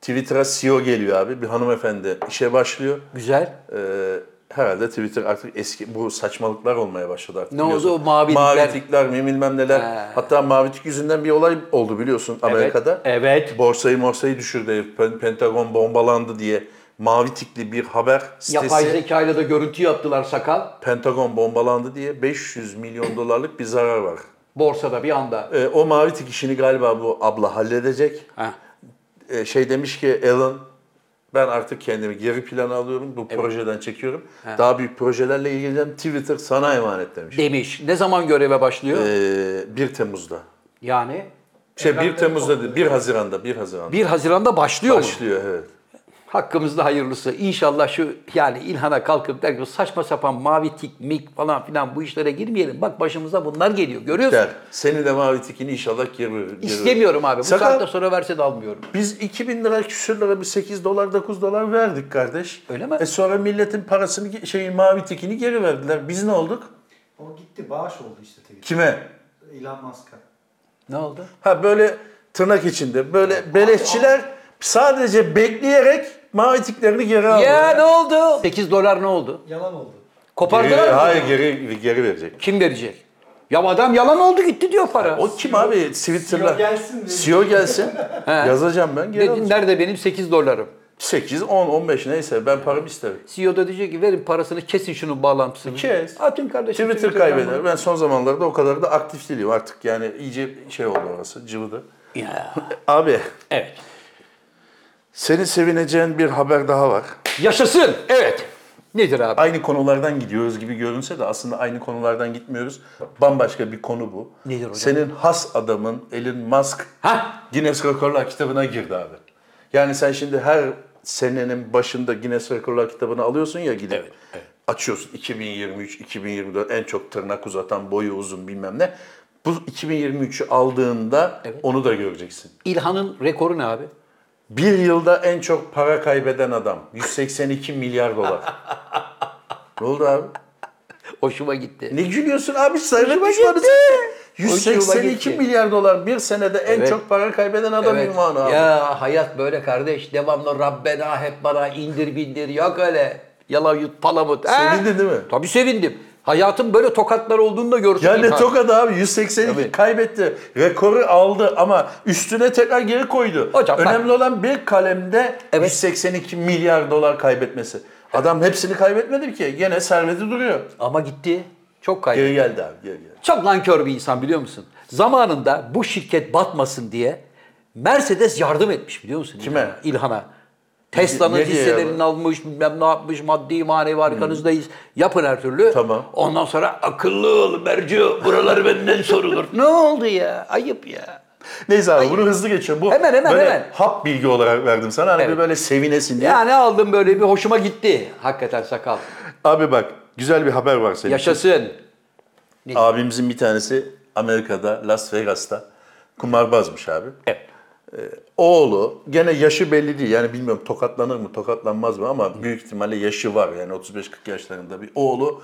Speaker 2: Twitter'a CEO geliyor abi. Bir hanımefendi işe başlıyor.
Speaker 1: Güzel.
Speaker 2: Ee, herhalde Twitter artık eski bu saçmalıklar olmaya başladı artık.
Speaker 1: Ne
Speaker 2: biliyorsun.
Speaker 1: oldu o mavi
Speaker 2: Mavi
Speaker 1: tikler?
Speaker 2: tikler mi bilmem neler.
Speaker 1: He.
Speaker 2: Hatta mavi tik yüzünden bir olay oldu biliyorsun Amerika'da.
Speaker 1: evet.
Speaker 2: Borsayı morsayı düşürdü. herif. Pen- Pentagon bombalandı diye mavi tikli bir haber sitesi.
Speaker 1: Yapay zekayla da görüntü yaptılar sakal.
Speaker 2: Pentagon bombalandı diye 500 milyon dolarlık bir zarar var.
Speaker 1: Borsada bir anda.
Speaker 2: Ee, o mavi tik işini galiba bu abla halledecek.
Speaker 1: Ha.
Speaker 2: Ee, şey demiş ki Alan ben artık kendimi geri plana alıyorum. Bu projeden çekiyorum. Daha büyük projelerle ilgileneceğim. Twitter sana emanet demiş.
Speaker 1: Demiş. Ne zaman göreve başlıyor?
Speaker 2: Ee, 1 Temmuz'da.
Speaker 1: yani
Speaker 2: Şey
Speaker 5: Evrakları
Speaker 2: 1 Temmuz'da
Speaker 5: topluyor.
Speaker 2: değil, 1 Haziran'da, 1 Haziran'da.
Speaker 1: 1 Haziran'da başlıyor mu?
Speaker 2: Başlıyor evet.
Speaker 1: Hakkımızda hayırlısı. İnşallah şu yani İlhan'a kalkıp der ki saçma sapan mavi tik mik falan filan bu işlere girmeyelim. Bak başımıza bunlar geliyor. Görüyorsun.
Speaker 2: Der. Seni de mavi tikini inşallah geri
Speaker 1: İstemiyorum abi. Bu
Speaker 2: Sakal-
Speaker 1: saatte sonra verse de almıyorum.
Speaker 2: Biz 2000 lira küsür lira bir 8 dolar 9 dolar verdik kardeş.
Speaker 1: Öyle mi?
Speaker 2: E sonra milletin parasını ge- şeyin mavi tikini geri verdiler. Biz ne olduk?
Speaker 5: O gitti bağış oldu işte Twitter.
Speaker 2: Kime?
Speaker 5: Elon Musk'a.
Speaker 1: Ne oldu?
Speaker 2: Ha böyle tırnak içinde böyle beleşçiler sadece bekleyerek mavi tiklerini geri aldı.
Speaker 1: Ya ne oldu? 8 dolar ne oldu?
Speaker 5: Yalan oldu.
Speaker 1: Kopardılar mı?
Speaker 2: hayır geri geri verecek.
Speaker 1: Kim verecek? Ya adam yalan oldu gitti diyor para.
Speaker 2: O kim abi? Twitter'la.
Speaker 5: CEO gelsin mi?
Speaker 2: CEO gelsin.
Speaker 1: (laughs)
Speaker 2: Yazacağım ben. Geri
Speaker 1: Dedim,
Speaker 2: alacağım.
Speaker 1: nerede benim 8 dolarım?
Speaker 2: 8, 10, 15 neyse ben paramı isterim.
Speaker 1: CEO da diyecek ki verin parasını kesin şunun bağlantısını.
Speaker 2: Kes.
Speaker 1: Atın kardeşim.
Speaker 2: Şey, Twitter
Speaker 1: Twitter'dan
Speaker 2: kaybeder. Ben son zamanlarda o kadar da aktif değilim artık. Yani iyice şey oldu orası cıvıdı.
Speaker 1: bunu. Ya.
Speaker 2: Abi
Speaker 1: Evet.
Speaker 2: senin sevineceğin bir haber daha var.
Speaker 1: Yaşasın. Evet. Nedir abi?
Speaker 2: Aynı konulardan gidiyoruz gibi görünse de aslında aynı konulardan gitmiyoruz. Bambaşka bir konu bu.
Speaker 1: Nedir hocam?
Speaker 2: Senin has adamın Elon Musk
Speaker 1: Hah.
Speaker 2: Guinness Rekorlar kitabına girdi abi. Yani sen şimdi her senenin başında Guinness Rekorlar kitabını alıyorsun ya gidip. Açıyorsun 2023, 2024 en çok tırnak uzatan, boyu uzun bilmem ne. Bu 2023'ü aldığında onu da göreceksin.
Speaker 1: İlhan'ın rekoru ne abi?
Speaker 2: Bir yılda en çok para kaybeden adam. 182
Speaker 1: (laughs)
Speaker 2: milyar dolar. ne oldu abi?
Speaker 1: Hoşuma gitti.
Speaker 2: Ne gülüyorsun abi sayılır düşmanısın. 182
Speaker 1: gitti.
Speaker 2: milyar dolar bir senede en
Speaker 1: Evet.
Speaker 2: çok para kaybeden adam
Speaker 1: Evet.
Speaker 2: ünvanı abi.
Speaker 1: Ya hayat böyle kardeş. Devamlı Rabbena hep bana indir bindir. Yok öyle. Yala yut palamut. Ee? He?
Speaker 2: Sevindin değil mi?
Speaker 1: Tabii sevindim. Hayatın böyle tokatlar olduğunu da görsün.
Speaker 2: Ya ne
Speaker 1: İlhan.
Speaker 2: tokadı abi 182
Speaker 1: Tabii.
Speaker 2: kaybetti. Rekoru aldı ama üstüne tekrar geri koydu.
Speaker 1: Hocam bak-
Speaker 2: Önemli olan bir kalemde
Speaker 1: Evet.
Speaker 2: 182 milyar dolar kaybetmesi. Adam hepsini kaybetmedi ki. Gene serveti duruyor.
Speaker 1: Ama gitti. Çok kaybetti.
Speaker 2: Geri geldi abi geri geldi.
Speaker 1: Çok nankör bir insan biliyor musun? Zamanında bu şirket batmasın diye Mercedes yardım etmiş biliyor musun?
Speaker 2: Kime?
Speaker 1: İlhan'a. İlhan'a. Tesla'nın
Speaker 2: Ne diye
Speaker 1: hisselerini
Speaker 2: yardım?
Speaker 1: almış, bilmem ne yapmış, maddi manevi arkanızdayız. Yapın her türlü.
Speaker 2: Tamam.
Speaker 1: Ondan sonra akıllı ol Bercu, buralar benden sorulur. (laughs) ne oldu ya? Ayıp ya.
Speaker 2: Neyse abi bunu hızlı geçiyorum. Bu
Speaker 1: Hemen, hemen,
Speaker 2: böyle
Speaker 1: hemen.
Speaker 2: hap bilgi olarak verdim sana. Hani
Speaker 1: Evet.
Speaker 2: bir böyle sevinesin diye.
Speaker 1: Yani aldım böyle bir hoşuma gitti. Hakikaten sakal.
Speaker 2: Abi bak güzel bir haber var senin için.
Speaker 1: Yaşasın.
Speaker 2: Abimizin bir tanesi Amerika'da Las Vegas'ta kumarbazmış abi. Ee,
Speaker 1: Evet.
Speaker 2: Oğlu gene yaşı belli değil yani bilmiyorum tokatlanır mı tokatlanmaz mı ama büyük ihtimalle yaşı var yani 35-40 yaşlarında bir oğlu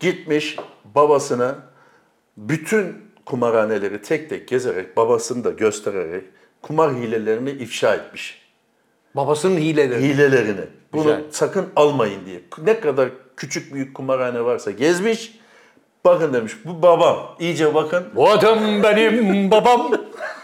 Speaker 2: gitmiş babasına bütün kumarhaneleri tek tek gezerek babasını da göstererek kumar hilelerini ifşa etmiş.
Speaker 1: Babasının hileleri.
Speaker 2: Hilelerini. Bunu
Speaker 1: Güzel.
Speaker 2: sakın almayın diye. Ne kadar küçük büyük kumarhane varsa gezmiş. Bakın demiş bu babam. iyice bakın
Speaker 1: Bu adam benim babam.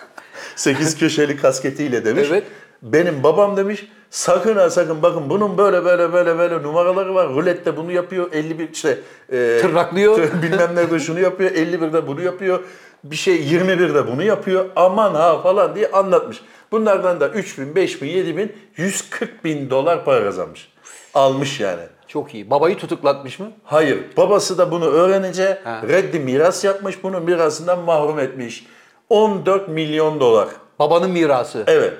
Speaker 1: (laughs)
Speaker 2: 8 köşeli kasketiyle demiş.
Speaker 1: Evet.
Speaker 2: Benim babam demiş sakın ha sakın bakın bunun böyle böyle böyle böyle numaraları var. Rulette bunu yapıyor 51 işte. e,
Speaker 1: Tırnaklıyor.
Speaker 2: bilmem nerede şunu yapıyor 51'de bunu yapıyor. bir şey 21'de bunu yapıyor aman ha falan diye anlatmış. Bunlardan da 3 bin, 5 bin, 7 bin, 140 bin dolar para kazanmış. Almış yani.
Speaker 1: Çok iyi. Babayı tutuklatmış mı?
Speaker 2: Hayır. Babası da bunu öğrenince
Speaker 1: Ha.
Speaker 2: reddi miras yapmış. Bunu mirasından mahrum etmiş. 14 milyon dolar.
Speaker 1: Babanın mirası.
Speaker 2: Evet.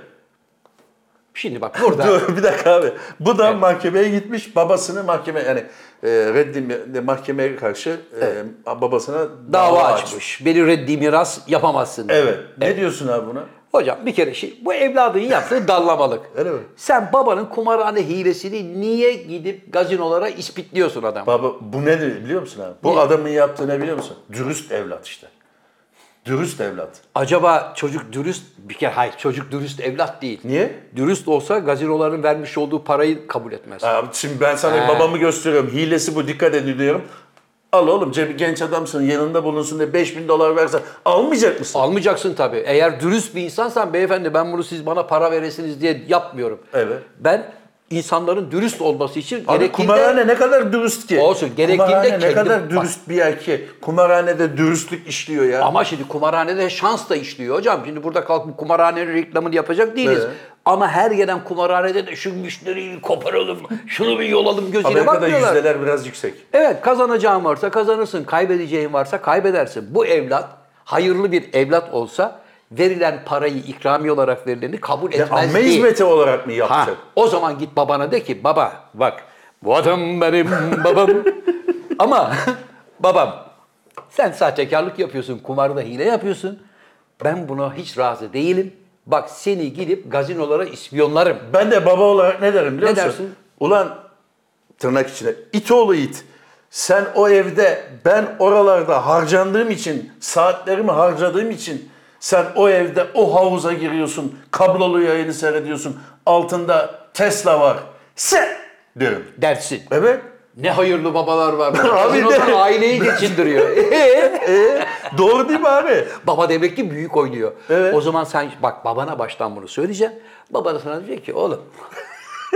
Speaker 1: Şimdi bak burada
Speaker 2: Dur bir dakika abi. Bu da mahkemeye gitmiş. Babasını mahkeme yani e, reddi mi- mahkemeye karşı e, babasına dava,
Speaker 1: (laughs) dava
Speaker 2: açmış.
Speaker 1: açmış. Beni reddi miras yapamazsın. diye.
Speaker 2: Evet. Ne diyorsun abi buna?
Speaker 1: Hocam bir kere şey, bu evladın yaptığı (laughs) dallamalık.
Speaker 2: Öyle mi?
Speaker 1: Sen babanın kumarhane hilesini niye gidip gazinolara ispitliyorsun adam?
Speaker 2: Baba bu nedir biliyor musun abi? Bu
Speaker 1: Ne?
Speaker 2: adamın yaptığı ne biliyor musun? Dürüst evlat işte. Dürüst evlat.
Speaker 1: Acaba çocuk dürüst bir kere hayır çocuk dürüst evlat değil.
Speaker 2: Niye?
Speaker 1: Dürüst olsa gazinoların vermiş olduğu parayı kabul etmez.
Speaker 2: Abi şimdi ben sana
Speaker 1: Ha.
Speaker 2: babamı gösteriyorum. Hilesi bu dikkat edin diyorum. Al oğlum cebi genç adamsın yanında bulunsun diye 5000 dolar versen almayacak mısın?
Speaker 1: Almayacaksın tabii. Eğer dürüst bir insansan beyefendi ben bunu siz bana para veresiniz diye yapmıyorum.
Speaker 2: Evet.
Speaker 1: Ben insanların dürüst olması için
Speaker 2: Abi
Speaker 1: gerektiğinde
Speaker 2: kumarhane ne kadar dürüst ki.
Speaker 1: Olsun, gerektiğinde
Speaker 2: kumarhane ne
Speaker 1: kendim-
Speaker 2: kadar dürüst bir yer ki. Kumarhanede dürüstlük işliyor ya.
Speaker 1: ama şimdi kumarhanede şans da işliyor hocam. Şimdi burada kalkıp kumarhanenin reklamını yapacak değiliz.
Speaker 2: Evet.
Speaker 1: Ama her gelen kumarhanede de şu müşteriyi koparalım, şunu bir yolalım gözüyle
Speaker 2: Amerika'da
Speaker 1: bakmıyorlar.
Speaker 2: yüzdeler biraz yüksek.
Speaker 1: Evet kazanacağın varsa kazanırsın, kaybedeceğin varsa kaybedersin. Bu evlat hayırlı bir evlat olsa verilen parayı ikramiye olarak verileni kabul
Speaker 2: Ya
Speaker 1: etmez
Speaker 2: amme
Speaker 1: değil.
Speaker 2: hizmeti olarak mı
Speaker 1: Ha,
Speaker 2: yapacak?
Speaker 1: o zaman git babana de ki baba bak bu adam benim babam (laughs) ama babam sen sahtekarlık yapıyorsun, kumarda hile yapıyorsun. Ben buna hiç razı değilim. Bak seni gidip gazinolara ispiyonlarım.
Speaker 2: Ben de baba olarak ne derim biliyor
Speaker 1: Ne
Speaker 2: musun?
Speaker 1: dersin?
Speaker 2: Ulan tırnak içine it oğlu it. Sen o evde ben oralarda harcandığım için saatlerimi harcadığım için sen o evde o havuza giriyorsun. Kablolu yayını seyrediyorsun. Altında Tesla var. Sen derim.
Speaker 1: Dersin.
Speaker 2: Evet.
Speaker 1: Ne hayırlı babalar (laughs) var.
Speaker 2: Abi de-
Speaker 1: Gazinolar aileyi (laughs) geçindiriyor.
Speaker 2: E, doğru değil mi abi?
Speaker 1: Baba demek ki büyük oynuyor.
Speaker 2: Evet.
Speaker 1: O zaman sen bak babana baştan bunu söyleyeceksin. Baba da sana diyecek ki oğlum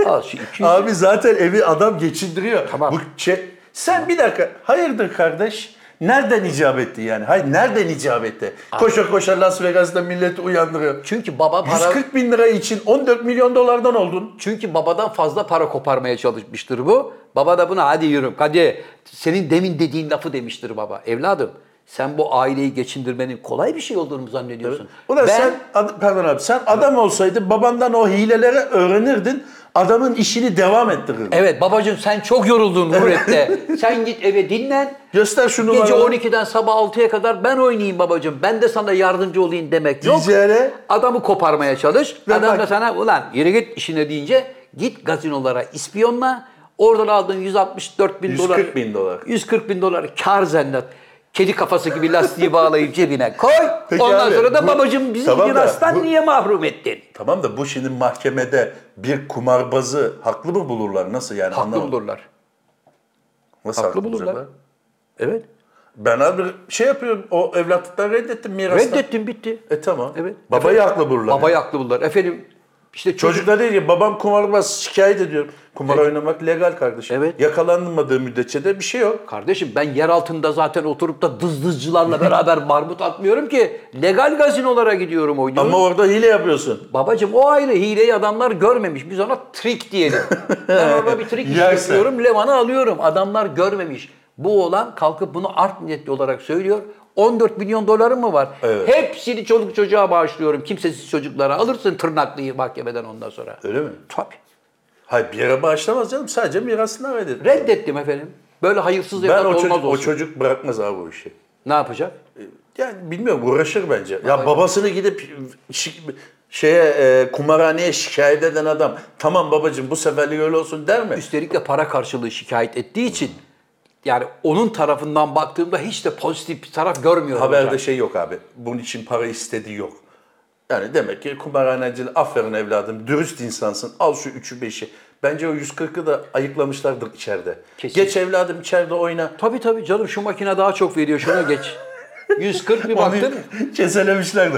Speaker 1: al şu 200
Speaker 2: Abi zaten evi adam geçindiriyor.
Speaker 1: Tamam.
Speaker 2: Bu çe- Sen bir dakika hayırdır kardeş? Nereden icap etti yani? Hayır nereden icap etti? Koşa koşa Las Vegas'ta milleti uyandırıyor.
Speaker 1: Çünkü baba para
Speaker 2: 140 bin lira için 14 milyon dolardan oldun.
Speaker 1: çünkü babadan fazla para koparmaya çalışmıştır bu. Baba da buna hadi yürü hadi senin demin dediğin lafı demiştir baba. Evladım sen bu aileyi geçindirmenin kolay bir şey olduğunu mu zannediyorsun?
Speaker 2: Ulan
Speaker 1: Ben-
Speaker 2: sen, ad- pardon abi, sen adam olsaydın babandan o hilelere öğrenirdin. Adamın işini devam ettirirdin.
Speaker 1: Evet babacığım sen çok yoruldun hurette. sen git eve dinlen.
Speaker 2: Göster şunu
Speaker 1: Gece
Speaker 2: bana.
Speaker 1: 12'den sabah 6'ya kadar ben oynayayım babacığım. Ben de sana yardımcı olayım demek yok.
Speaker 2: Diyeceğine-
Speaker 1: Adamı koparmaya çalış.
Speaker 2: Ve
Speaker 1: Adam da
Speaker 2: bak-
Speaker 1: sana ulan yürü git işine deyince git gazinolara ispiyonla. Oradan aldığın 164 bin dolar.
Speaker 2: 140 bin dolar.
Speaker 1: 140 bin dolar kar zannat. Kedi kafası gibi lastiği bağlayıp cebine koy.
Speaker 2: Peki
Speaker 1: Ondan
Speaker 2: abi,
Speaker 1: sonra da
Speaker 2: bu-
Speaker 1: babacığım bizi
Speaker 2: Tamam da
Speaker 1: mirastan
Speaker 2: bu-
Speaker 1: niye mahrum ettin?
Speaker 2: Tamam da bu şimdi mahkemede bir kumarbazı haklı mı bulurlar? Nasıl yani?
Speaker 1: Haklı
Speaker 2: Anlamadım.
Speaker 1: bulurlar.
Speaker 2: Nasıl
Speaker 1: Haklı
Speaker 2: haklı bulurlar?
Speaker 1: bulurlar. Evet.
Speaker 2: Ben abi şey yapıyorum, o evlatlıktan reddettim mirastan.
Speaker 1: Reddettin bitti.
Speaker 2: E tamam.
Speaker 1: Evet.
Speaker 2: Babayı
Speaker 1: Efendim,
Speaker 2: haklı bulurlar.
Speaker 1: Babayı haklı bulurlar. Efendim işte çocuk
Speaker 2: Çocuk da değil ki babam kumarbaz şikayet ediyor. Kumar oynamak legal kardeşim.
Speaker 1: Evet.
Speaker 2: Yakalanmadığı müddetçe de bir şey yok.
Speaker 1: Kardeşim ben yer altında zaten oturup da dızdızcılarla beraber (laughs) marmut atmıyorum ki. Legal gazinolara gidiyorum oynuyorum.
Speaker 2: Ama orada hile yapıyorsun.
Speaker 1: Babacım o ayrı hileyi adamlar görmemiş. Biz ona trik
Speaker 2: (laughs)
Speaker 1: diyelim. ben orada bir trik
Speaker 2: Yersen.
Speaker 1: yapıyorum, Levan'ı alıyorum. Adamlar görmemiş. Bu olan kalkıp bunu art niyetli olarak söylüyor. 14 milyon dolarım mı var?
Speaker 2: Evet.
Speaker 1: Hepsini çoluk çocuğa bağışlıyorum. Kimsesiz çocuklara alırsın tırnaklıyı mahkemeden ondan sonra.
Speaker 2: Öyle mi?
Speaker 1: Tabii.
Speaker 2: Hayır bir yere bağışlamaz canım. Sadece mirasını reddet.
Speaker 1: Reddettim efendim. Böyle hayırsız evlat
Speaker 2: ben o
Speaker 1: olmaz
Speaker 2: çocuk, o
Speaker 1: olsun.
Speaker 2: çocuk bırakmaz abi o işi. E,
Speaker 1: Ne yapacak?
Speaker 2: Yani bilmiyorum uğraşır bence. Ya babasını gidip şi- şeye e, kumarhaneye şikayet eden adam tamam babacığım bu seferlik öyle olsun der mi?
Speaker 1: Üstelik de para karşılığı şikayet ettiği için yani onun tarafından baktığımda hiç de pozitif bir taraf görmüyorum.
Speaker 2: Haberde
Speaker 1: hocam.
Speaker 2: şey yok abi. Bunun için para istediği yok. Yani demek ki kumarhaneci aferin evladım dürüst insansın al şu 3'ü 5'i. Bence o 140'ı da ayıklamışlardır içeride.
Speaker 1: Kesin.
Speaker 2: Geç evladım içeride oyna.
Speaker 1: Tabii tabii canım şu makine daha çok veriyor şuna
Speaker 2: (laughs)
Speaker 1: geç. 140 bir baktın
Speaker 2: Onu (laughs) Keselemişlerdi.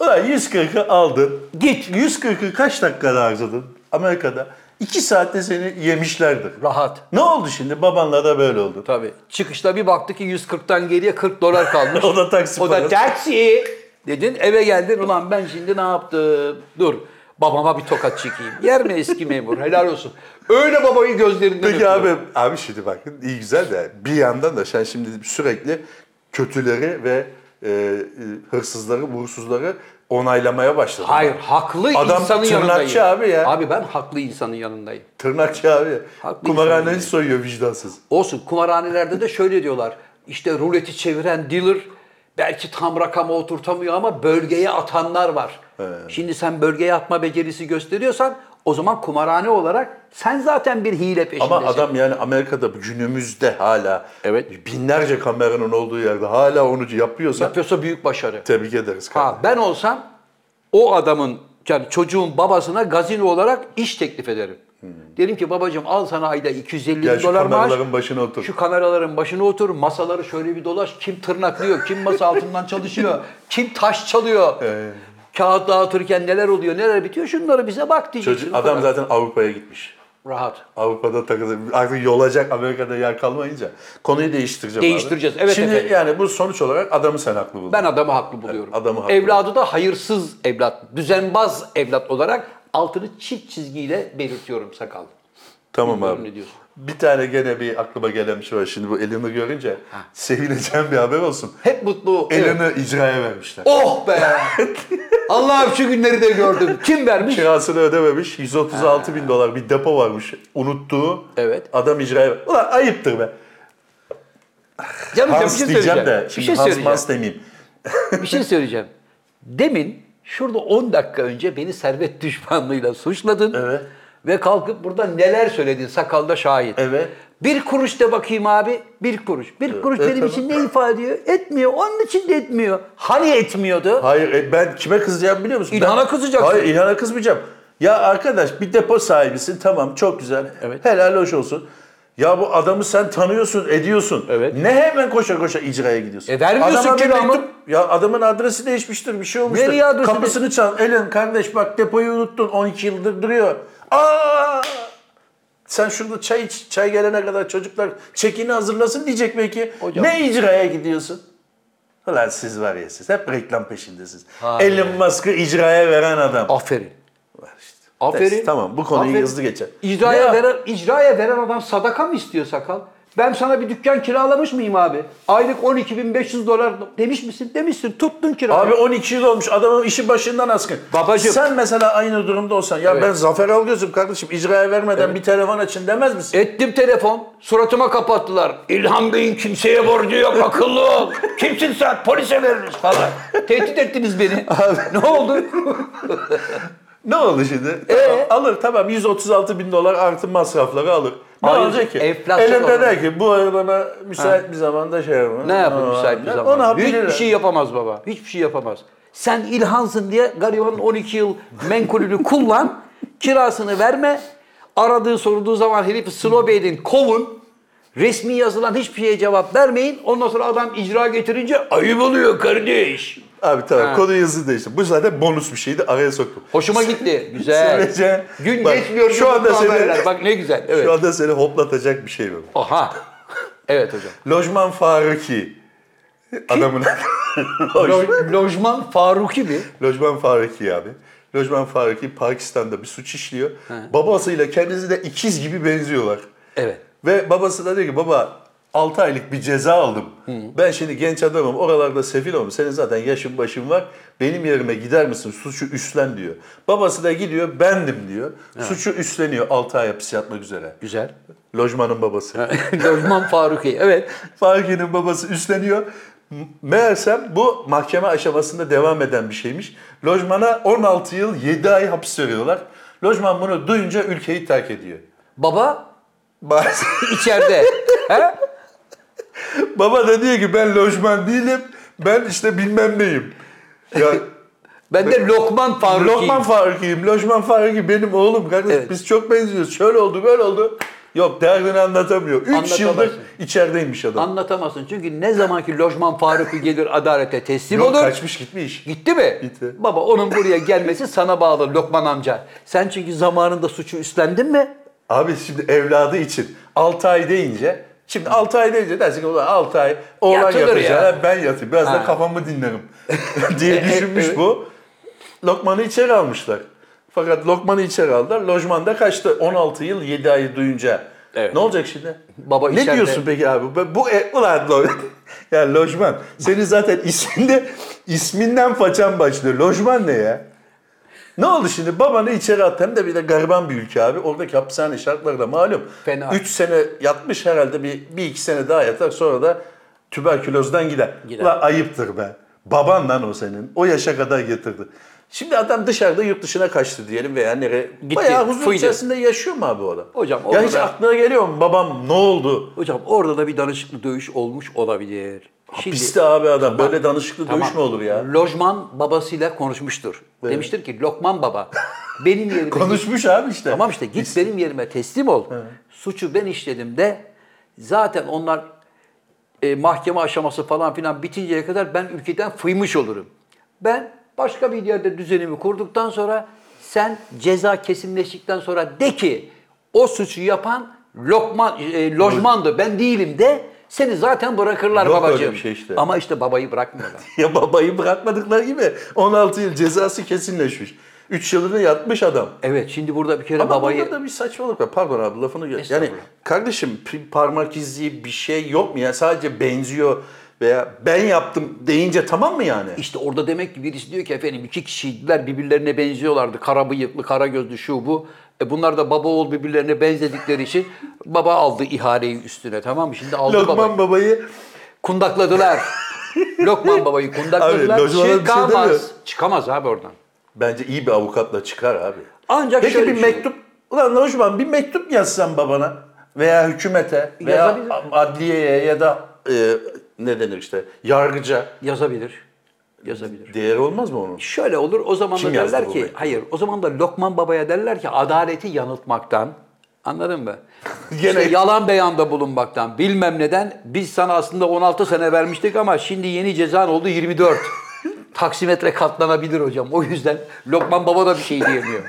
Speaker 2: Ulan 140'ı aldın. Git 140'ı kaç dakikada harcadın Amerika'da? iki saatte seni yemişlerdir.
Speaker 1: Rahat.
Speaker 2: Ne oldu şimdi? Babanla da böyle oldu.
Speaker 1: Tabii. Çıkışta bir baktı ki 140'tan geriye 40 dolar kalmış.
Speaker 2: (laughs) O da taksi
Speaker 1: O da
Speaker 2: parası.
Speaker 1: taksi. Dedin eve geldin ulan ben şimdi ne yaptım? Dur babama bir tokat çekeyim. Yer mi eski memur? Helal olsun. Öyle babayı gözlerinden
Speaker 2: Peki
Speaker 1: öpüyor.
Speaker 2: abi, abi şimdi bak iyi güzel de bir yandan da sen şimdi sürekli kötüleri ve e, e, hırsızları, vursuzları onaylamaya başladın.
Speaker 1: Hayır haklı
Speaker 2: Adam
Speaker 1: insanın yanındayım.
Speaker 2: tırnakçı abi ya.
Speaker 1: Abi ben haklı insanın yanındayım.
Speaker 2: Tırnakçı abi.
Speaker 1: Haklı insan
Speaker 2: Kumarhaneyi
Speaker 1: yani.
Speaker 2: soyuyor vicdansız.
Speaker 1: Olsun kumarhanelerde de şöyle diyorlar. İşte ruleti çeviren dealer belki tam rakama oturtamıyor ama bölgeye atanlar var. Şimdi sen bölgeye atma becerisi gösteriyorsan o zaman kumarhane olarak sen zaten bir hile peşindesin.
Speaker 2: Ama adam yani Amerika'da günümüzde hala
Speaker 1: şey- Evet.
Speaker 2: binlerce kameranın olduğu yerde hala onu yapıyorsa
Speaker 1: yapıyorsa büyük başarı.
Speaker 2: tebrik ederiz
Speaker 1: Ha,
Speaker 2: kardeşim.
Speaker 1: ben olsam o adamın yani çocuğun babasına gazino olarak iş teklif ederim.
Speaker 2: Hmm.
Speaker 1: Derim ki babacığım al sana ayda 250
Speaker 2: Gel
Speaker 1: bin
Speaker 2: şu
Speaker 1: dolar maaş.
Speaker 2: kameraların başına otur."
Speaker 1: Şu kameraların başına otur. Masaları şöyle bir dolaş. Kim tırnaklıyor? Kim masa altından
Speaker 2: (laughs)
Speaker 1: çalışıyor? Kim taş çalıyor?
Speaker 2: Ee.
Speaker 1: Kağıt dağıtırken neler oluyor? Neler bitiyor? Şunları bize bak diyeceksin.
Speaker 2: Çocuk,
Speaker 1: o
Speaker 2: adam
Speaker 1: kadar.
Speaker 2: zaten Avrupa'ya gitmiş.
Speaker 1: rahat.
Speaker 2: Avrupa'da takılır. Artık yolacak Amerika'da yer kalmayınca. Konuyu değiştireceğim
Speaker 1: Değiştireceğiz,
Speaker 2: abi.
Speaker 1: evet
Speaker 2: Şimdi
Speaker 1: efendim.
Speaker 2: yani bu sonuç olarak adamı sen haklı buldun.
Speaker 1: Ben adamı haklı buluyorum.
Speaker 2: Evet, adamı haklı.
Speaker 1: Evladı da hayırsız evlat, düzenbaz evlat olarak altını çift çizgiyle belirtiyorum sakal.
Speaker 2: Tamam
Speaker 1: Bilmiyorum ne
Speaker 2: abi.
Speaker 1: diyorsun.
Speaker 2: Bir tane gene bir aklıma gelen bir şey var. Şimdi bu elini görünce sevineceğim bir haber olsun.
Speaker 1: Hep mutlu. evet.
Speaker 2: Elini icraya vermişler.
Speaker 1: Oh
Speaker 2: (laughs)
Speaker 1: be! Allah'ım şu günleri de gördüm. Kim vermiş?
Speaker 2: Kirasını ödememiş. 136 bin dolar bir depo varmış. Unuttuğu.
Speaker 1: Evet.
Speaker 2: Adam icraya ver. Ulan ayıptır be.
Speaker 1: Canım bir
Speaker 2: Hans
Speaker 1: şey
Speaker 2: diyeceğim
Speaker 1: söyleyeceğim.
Speaker 2: de.
Speaker 1: bir
Speaker 2: Şimdi
Speaker 1: şey
Speaker 2: Hans
Speaker 1: söyleyeceğim.
Speaker 2: Mans demeyeyim.
Speaker 1: Bir şey söyleyeceğim. Demin şurada 10 dakika önce beni servet düşmanlığıyla suçladın.
Speaker 2: Evet.
Speaker 1: Ve kalkıp burada neler söyledin sakalda şahit.
Speaker 2: Evet.
Speaker 1: Bir kuruş de bakayım abi. Bir kuruş. Bir kuruş
Speaker 2: evet,
Speaker 1: benim için
Speaker 2: tamam.
Speaker 1: ne ifade ediyor? Etmiyor. Onun için de etmiyor. Hani etmiyordu?
Speaker 2: Hayır e, ben kime kızacağım biliyor musun?
Speaker 1: İlhan'a
Speaker 2: Ben-
Speaker 1: kızacaksın.
Speaker 2: Hayır İlhan'a kızmayacağım. Ya arkadaş bir depo sahibisin tamam çok güzel.
Speaker 1: Evet.
Speaker 2: Helal hoş olsun. Ya bu adamı sen tanıyorsun, ediyorsun.
Speaker 1: Evet.
Speaker 2: Ne hemen koşa koşa icraya gidiyorsun?
Speaker 1: E, vermiyorsun
Speaker 2: Adama bir
Speaker 1: kiramı.
Speaker 2: mektup- Ya adamın adresi değişmiştir, bir şey olmuştur.
Speaker 1: Nereye adresi
Speaker 2: Kapısını çal. Elin kardeş bak depoyu unuttun 12 yıldır duruyor. Aa! Sen şurada çay iç, çay gelene kadar çocuklar çekini hazırlasın diyecek belki.
Speaker 1: Hocam.
Speaker 2: Ne icraya gidiyorsun? Ulan siz var ya siz hep reklam peşindesiniz.
Speaker 1: Hayır.
Speaker 2: Elon Musk'ı icraya veren adam.
Speaker 1: Aferin.
Speaker 2: Var işte.
Speaker 1: Aferin.
Speaker 2: Neyse, tamam bu konuyu
Speaker 1: Aferin.
Speaker 2: hızlı geçer.
Speaker 1: İcraya
Speaker 2: Ya,
Speaker 1: veren, icraya veren adam sadaka mı istiyor sakal? Ben sana bir dükkan kiralamış mıyım abi? Aylık 12.500 dolar demiş misin? Demişsin. Tuttun kirayı.
Speaker 2: Abi 12 yıl olmuş adamın işi başından askın.
Speaker 1: Babacım.
Speaker 2: Sen mesela aynı durumda olsan ya
Speaker 1: Evet.
Speaker 2: ben Zafer Algöz'üm kardeşim icraya vermeden bir telefon açın demez misin?
Speaker 1: Ettim telefon. Suratıma kapattılar. İlhan Bey'in kimseye borcu yok. Akıllı ol. Kimsin sen? Polise veririz falan. Tehdit ettiniz beni. Ne oldu?
Speaker 2: Ne oldu şimdi?
Speaker 1: Ee?
Speaker 2: Tamam, alır tamam 136 bin dolar artı masrafları alır. Ne
Speaker 1: Hayır,
Speaker 2: olacak ki?
Speaker 1: enflasyon
Speaker 2: Elinde
Speaker 1: olur.
Speaker 2: der ki bu arabana müsait bir zamanda şey yapın.
Speaker 1: ne yapayım müsait bir zaman?
Speaker 2: Ona
Speaker 1: Büyük bir şey yapamaz baba. Hiçbir şey yapamaz. Sen İlhan'sın diye garibanın 12 yıl menkulünü kullan. kirasını verme. Aradığı sorulduğu zaman herifi slow edin, kovun. Resmi yazılan hiçbir şeye cevap vermeyin. Ondan sonra adam icra getirince ayıp oluyor kardeş.
Speaker 2: Abi tamam
Speaker 1: Ha.
Speaker 2: konuyu hızlı değiştir. Bu zaten bonus bir şeydi araya soktum.
Speaker 1: Hoşuma
Speaker 2: (laughs)
Speaker 1: gitti. Güzel.
Speaker 2: Sürece-
Speaker 1: Gün
Speaker 2: Bak,
Speaker 1: geçmiyor.
Speaker 2: şu anda
Speaker 1: mutlu
Speaker 2: seni-
Speaker 1: haberler. Bak ne güzel. Evet.
Speaker 2: Şu anda seni hoplatacak bir şey var.
Speaker 1: Aha. Evet hocam.
Speaker 2: Lojman Faruki. Adamın Loj-
Speaker 1: lojman Faruki mi?
Speaker 2: Lojman Faruki abi. Lojman Faruki Pakistan'da bir suç işliyor. Babasıyla kendisi de ikiz gibi benziyorlar.
Speaker 1: Evet.
Speaker 2: Ve babası da diyor ki baba 6 aylık bir ceza aldım. Ben şimdi genç adamım oralarda sefil olmam. Senin zaten yaşın başın var. Benim yerime gider misin? Suçu üstlen diyor. Babası da gidiyor bendim diyor. Suçu üstleniyor 6 ay hapis yatmak üzere.
Speaker 1: Güzel. (laughs)
Speaker 2: Lojmanın babası.
Speaker 1: lojman Faruki. Evet.
Speaker 2: Faki'nin babası üstleniyor. M- Meğersem bu mahkeme aşamasında devam eden bir şeymiş. Lojmana 16 yıl 7 ay hapis veriyorlar. Lojman bunu duyunca ülkeyi terk ediyor.
Speaker 1: Baba
Speaker 2: Bazı- (laughs)
Speaker 1: içeride. He?
Speaker 2: Baba da diyor ki ben lojman değilim. Ben işte bilmem neyim. Ya
Speaker 1: Ben de Lokman Faruki.
Speaker 2: Lokman Faruk'uyum. Lojman Faruk'u benim oğlum kardeşim.
Speaker 1: Evet.
Speaker 2: Biz çok benziyoruz. Şöyle oldu böyle oldu. Yok derdini anlatamıyor. 3 yıldır
Speaker 1: Anlatamazsın.
Speaker 2: içerideymiş adam.
Speaker 1: Anlatamazsın çünkü ne zamanki lojman Faruk'u gelir adalete teslim
Speaker 2: Yok
Speaker 1: olur.
Speaker 2: kaçmış gitmiş.
Speaker 1: Gitti mi?
Speaker 2: Gitti.
Speaker 1: Baba onun buraya gelmesi sana bağlı Lokman amca. Sen çünkü zamanında suçu üstlendin mi?
Speaker 2: Abi şimdi evladı için 6 ay deyince Şimdi 6 ay deyince dersin ki 6 ay oğlan
Speaker 1: Yatılır
Speaker 2: yatacağına
Speaker 1: ya.
Speaker 2: ben yatayım. Biraz
Speaker 1: Ha. E,
Speaker 2: da
Speaker 1: (laughs)
Speaker 2: kafamı dinlerim diye düşünmüş bu. Lokman'ı içeri almışlar. Fakat Lokman'ı içeri aldılar. Lojmanda kaçtı 16 yıl 7 ayı duyunca.
Speaker 1: Evet.
Speaker 2: Ne olacak şimdi?
Speaker 1: Baba
Speaker 2: ne
Speaker 1: içeride-
Speaker 2: diyorsun peki abi? Bu- Bu e, ulan lo, (laughs) ya lojman. Senin zaten isminde isminden façan başlıyor. Lojman ne ya? Ne oldu şimdi? Babanı içeri attı. Hem de bir de gariban bir ülke abi. Oradaki hapishane şartları da malum.
Speaker 1: Fena.
Speaker 2: 3 sene yatmış herhalde bir, bir iki sene daha yatar. Sonra da tüberkülozdan gider.
Speaker 1: Gider.
Speaker 2: Ulan ayıptır be. Baban lan o senin. O yaşa kadar getirdi. Şimdi adam dışarıda yurt dışına kaçtı diyelim veya nereye.
Speaker 1: Gitti,
Speaker 2: Bayağı huzur
Speaker 1: fıydı.
Speaker 2: içerisinde yaşıyor mu abi o adam?
Speaker 1: Hocam,
Speaker 2: Ya
Speaker 1: orada
Speaker 2: hiç
Speaker 1: da-
Speaker 2: aklına geliyor mu babam ne oldu?
Speaker 1: Hocam orada da bir danışıklı dövüş olmuş olabilir. Şimdi-
Speaker 2: Hapiste abi adam. Böyle danışıklı dövüş
Speaker 1: Tamam.
Speaker 2: mü olur ya?
Speaker 1: Lojman babasıyla konuşmuştur. Demiştir ki Lokman baba benim
Speaker 2: (laughs)
Speaker 1: yerime
Speaker 2: Konuşmuş abi işte.
Speaker 1: Tamam işte git benim yerime teslim ol. Suçu ben işledim de zaten onlar e, mahkeme aşaması falan filan bitinceye kadar ben ülkeden fıymış olurum. Ben başka bir yerde düzenimi kurduktan sonra sen ceza kesinleştikten sonra de ki o suçu yapan lokman, e, lojmandı ben değilim de seni zaten bırakırlar
Speaker 2: Yok öyle
Speaker 1: babacığım.
Speaker 2: bir şey işte.
Speaker 1: Ama işte babayı bırakmıyorlar.
Speaker 2: (laughs) Ya babayı bırakmadıkları gibi 16 yıl cezası kesinleşmiş. 3 yılını yatmış adam.
Speaker 1: evet şimdi burada bir kere
Speaker 2: Ama
Speaker 1: babayı...
Speaker 2: burada da bir saçmalık var. Pardon abi lafını gö- Yani
Speaker 1: Estağfurullah.
Speaker 2: kardeşim pi- parmak izi bir şey yok mu ya? Sadece benziyor veya ben yaptım deyince tamam mı yani?
Speaker 1: İşte orada demek ki birisi diyor ki efendim iki kişiydiler birbirlerine benziyorlardı. Kara bıyıklı, kara gözlü şu bu. E bunlar da baba oğul birbirlerine benzedikleri için baba aldı ihaleyi üstüne tamam mı? Şimdi aldı
Speaker 2: Lokman
Speaker 1: babayı.
Speaker 2: babayı
Speaker 1: Kundakladılar. Lokman babayı kundakladılar.
Speaker 2: Abi, lojmana bir şey
Speaker 1: Çıkamaz.
Speaker 2: demiyor.
Speaker 1: Çıkamaz abi oradan.
Speaker 2: bence iyi bir avukatla çıkar abi.
Speaker 1: Ancak
Speaker 2: Peki
Speaker 1: şöyle şey
Speaker 2: bir şey.
Speaker 1: düşünün.
Speaker 2: mektup ulan Lojman bir mektup yazsan babana veya hükümete veya
Speaker 1: Yazabilir.
Speaker 2: adliyeye ya da e, ne denir işte yargıca
Speaker 1: Yazabilir. Yazabilir.
Speaker 2: değer olmaz mı onun?
Speaker 1: Şöyle olur o zaman
Speaker 2: Kim
Speaker 1: da
Speaker 2: yazdı
Speaker 1: derler
Speaker 2: bu
Speaker 1: ki
Speaker 2: mektubu?
Speaker 1: hayır o zaman da Lokman babaya derler ki adaleti yanıltmaktan anladın mı?
Speaker 2: Gene-
Speaker 1: Gene yalan beyanda bulunmaktan bilmem neden biz sana aslında 16 sene vermiştik ama şimdi yeni cezan oldu 24.
Speaker 2: (laughs)
Speaker 1: Taksimetre katlanabilir hocam. O yüzden Lokman baba da bir şey
Speaker 2: (laughs)
Speaker 1: diyemiyor.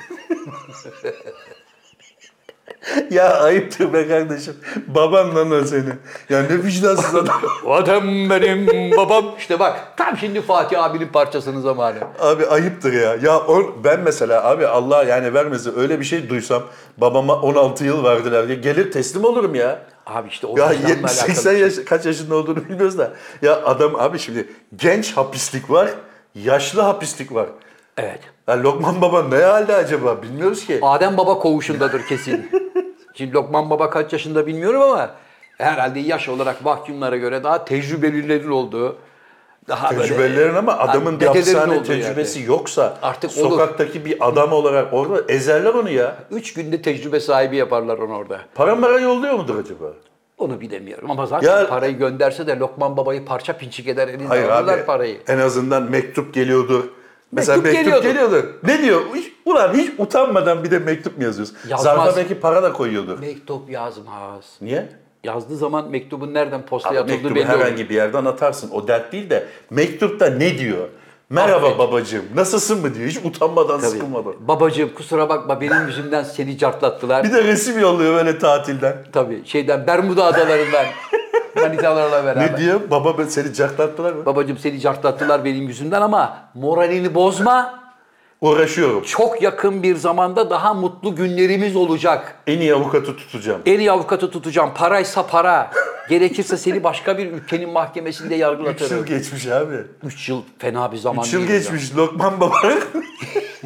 Speaker 2: Ya ayıptır be kardeşim. Baban lan o senin. Ya ne
Speaker 1: (laughs)
Speaker 2: vicdansız adam.
Speaker 1: Adam benim babam. İşte bak tam şimdi Fatih abinin parçasının zamanı.
Speaker 2: abi ayıptır ya. Ya o, ben mesela abi Allah yani vermesin öyle bir şey duysam babama 16 yıl verdiler diye gelir teslim olurum ya.
Speaker 1: Abi işte o
Speaker 2: Ya
Speaker 1: vicdanla
Speaker 2: 70
Speaker 1: alakalı
Speaker 2: 80
Speaker 1: bir şey.
Speaker 2: yaş kaç yaşında olduğunu bilmiyoruz da. Ya adam abi şimdi genç hapislik var, yaşlı hapislik var.
Speaker 1: Evet.
Speaker 2: Ya Lokman baba ne halde acaba bilmiyoruz ki.
Speaker 1: Adem Baba koğuşundadır kesin. (laughs) Şimdi Lokman Baba kaç yaşında bilmiyorum ama herhalde yaş olarak mahkumlara göre daha tecrübelilerin olduğu daha böyle-
Speaker 2: Tecrübelerin ama adamın bir
Speaker 1: dedelerin
Speaker 2: hapishane
Speaker 1: olduğu
Speaker 2: tecrübesi
Speaker 1: yerde.
Speaker 2: yoksa
Speaker 1: Artık olur.
Speaker 2: sokaktaki bir adam olarak orada ezerler onu ya.
Speaker 1: Üç günde tecrübe sahibi yaparlar onu orada.
Speaker 2: Para mara yolluyor mudur acaba?
Speaker 1: Onu bilemiyorum ama zaten
Speaker 2: Ya-
Speaker 1: parayı gönderse de Lokman Babayı parça
Speaker 2: (laughs)
Speaker 1: pinçik eder elinden
Speaker 2: Hayır
Speaker 1: alırlar
Speaker 2: abi.
Speaker 1: parayı.
Speaker 2: En azından mektup geliyordur. Mesela
Speaker 1: Mektup
Speaker 2: mektup,
Speaker 1: geliyordu.
Speaker 2: geliyordu. Ne diyor? Hiç- ulan hiç utanmadan bir de mektup mu yazıyorsun?
Speaker 1: Yazmaz.
Speaker 2: Zarfa belki para da koyuyordur.
Speaker 1: Mektup yazmaz.
Speaker 2: Niye?
Speaker 1: Yazdığı zaman mektubun nereden
Speaker 2: Abi
Speaker 1: postaya atıldığı
Speaker 2: mektubu
Speaker 1: belli olur.
Speaker 2: herhangi bir yerden atarsın. O dert değil de mektupta ne diyor? Merhaba
Speaker 1: Affet.
Speaker 2: babacığım. Nasılsın mı diyor. Hiç utanmadan,
Speaker 1: Tabii.
Speaker 2: sıkılmadan.
Speaker 1: Babacığım kusura bakma benim yüzümden seni cartlattılar.
Speaker 2: Bir de resim yolluyor böyle tatilden.
Speaker 1: Tabii şeyden Bermuda
Speaker 2: (laughs)
Speaker 1: adalarından. Manitalarla beraber.
Speaker 2: Ne diyor? Baba ben- seni caklattılar mı?
Speaker 1: Babacım seni cartlattılar benim yüzümden ama moralini bozma.
Speaker 2: Uğraşıyorum.
Speaker 1: Çok yakın bir zamanda daha mutlu günlerimiz olacak.
Speaker 2: En iyi avukatı tutacağım.
Speaker 1: En iyi avukatı tutacağım. Paraysa para. Gerekirse seni başka bir ülkenin mahkemesinde
Speaker 2: 3 yıl
Speaker 1: yargılatırım.
Speaker 2: geçmiş abi.
Speaker 1: 3 yıl fena bir zaman
Speaker 2: Çıl
Speaker 1: değil hocam.
Speaker 2: geçmiş Lokman Baba. (laughs)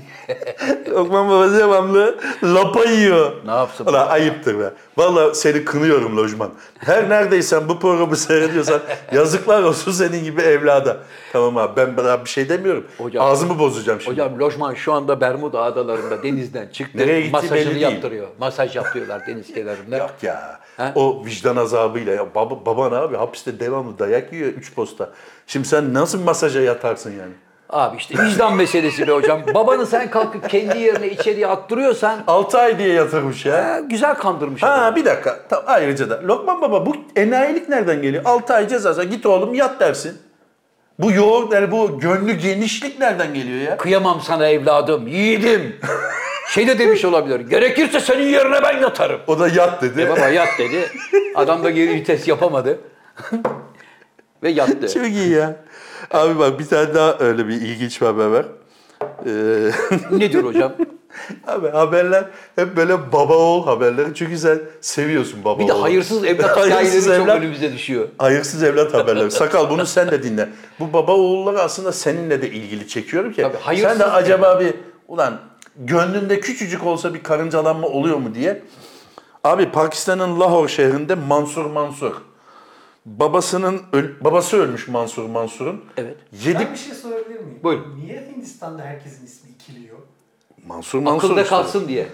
Speaker 2: Lokman Baba devamlı lapa yiyor.
Speaker 1: Ne yapsın
Speaker 2: Ulan ayıptır be. Valla seni kınıyorum lojman. Her neredeysen bu
Speaker 1: (laughs)
Speaker 2: programı seyrediyorsan yazıklar olsun senin gibi evlada. Tamam abi ben daha bir şey demiyorum.
Speaker 1: Hocam-
Speaker 2: Ağzımı bozacağım şimdi.
Speaker 1: Hocam lojman şu anda Bermuda adalarında denizden çıktı.
Speaker 2: Nereye gittiği
Speaker 1: Masajını
Speaker 2: belli değil.
Speaker 1: yaptırıyor. Masaj yapıyorlar deniz kenarında.
Speaker 2: Yok ya.
Speaker 1: He?
Speaker 2: O vicdan azabıyla. Ya baba, baban abi hapiste devamlı dayak yiyor 3 posta. Şimdi sen nasıl masaja yatarsın yani?
Speaker 1: Abi işte vicdan meselesi be hocam. Babanı sen kalkıp kendi yerine içeriye attırıyorsan
Speaker 2: 6 ay diye yatırmış ya.
Speaker 1: ha, güzel kandırmış. adamı.
Speaker 2: Ha bir dakika. Tam, ayrıca da Lokman baba bu enayilik nereden geliyor? 6 ay cezası git oğlum yat dersin. Bu yoğurt yani bu gönlü genişlik nereden geliyor ya?
Speaker 1: Kıyamam sana evladım, yiğidim. Şey de demiş olabilir. Gerekirse senin yerine ben yatarım.
Speaker 2: O da yat dedi.
Speaker 1: E baba yat dedi. Adam da geri vites yapamadı. (laughs) Ve yattı.
Speaker 2: Çok iyi ya. Abi bak bir tane daha öyle bir ilginç bir haber var. Ee, (laughs)
Speaker 1: Nedir hocam?
Speaker 2: abi haberler hep böyle baba oğul haberleri. Çünkü sen seviyorsun baba
Speaker 1: Bir de
Speaker 2: oğul.
Speaker 1: hayırsız evlat
Speaker 2: (laughs) Hayırsız
Speaker 1: hikayeleri çok
Speaker 2: evlat.
Speaker 1: önümüze düşüyor.
Speaker 2: Hayırsız evlat haberleri. Sakal bunu sen de dinle. Bu baba oğulları aslında seninle de ilgili çekiyorum ki.
Speaker 1: Tabii, hayırsız
Speaker 2: sen de acaba bir ulan gönlünde küçücük olsa bir karıncalanma oluyor mu diye. Abi Pakistan'ın Lahore şehrinde Mansur Mansur. Babasının öl- babası ölmüş Mansur Mansur'un.
Speaker 1: Evet.
Speaker 2: Yedi
Speaker 5: Ben bir şey sorabilir miyim?
Speaker 1: Buyurun.
Speaker 5: Niye Hindistan'da herkesin ismi ikiliyor?
Speaker 2: Mansur Mansur.
Speaker 1: Akılda
Speaker 2: işte.
Speaker 1: kalsın diye.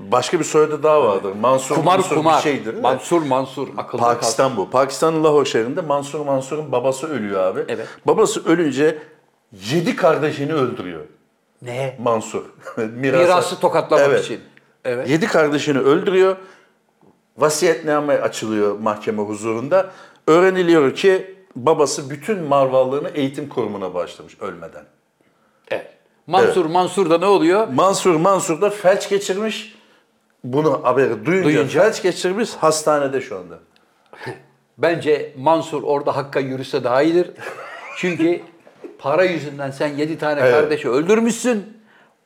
Speaker 2: Başka bir soyadı daha vardır. Mansur
Speaker 1: Kumar
Speaker 2: Mansur
Speaker 1: kumar.
Speaker 2: bir şeydir.
Speaker 1: Mansur Mansur akılda kalsın.
Speaker 2: Pakistan bu. Pakistan'ın Lahore şehrinde Mansur Mansur'un babası ölüyor abi.
Speaker 1: Evet.
Speaker 2: Babası ölünce yedi kardeşini öldürüyor
Speaker 1: Ne?
Speaker 2: Mansur. (laughs) Mirası,
Speaker 1: Mirası tokatlamak
Speaker 2: Evet.
Speaker 1: için. Evet.
Speaker 2: Yedi kardeşini öldürüyor. Vasiyetname açılıyor mahkeme huzurunda. Öğreniliyor ki babası bütün mal varlığını eğitim kurumuna bağışlamış ölmeden.
Speaker 1: evet. Mansur Mansur da ne oluyor?
Speaker 2: Mansur Mansur da felç geçirmiş. Bunu haberi duyunca,
Speaker 1: Duyunca.
Speaker 2: felç geçirmiş hastanede şu anda.
Speaker 1: Bence Mansur orada hakka yürüse daha iyidir. Çünkü para yüzünden sen 7 tane
Speaker 2: Evet.
Speaker 1: kardeşi öldürmüşsün.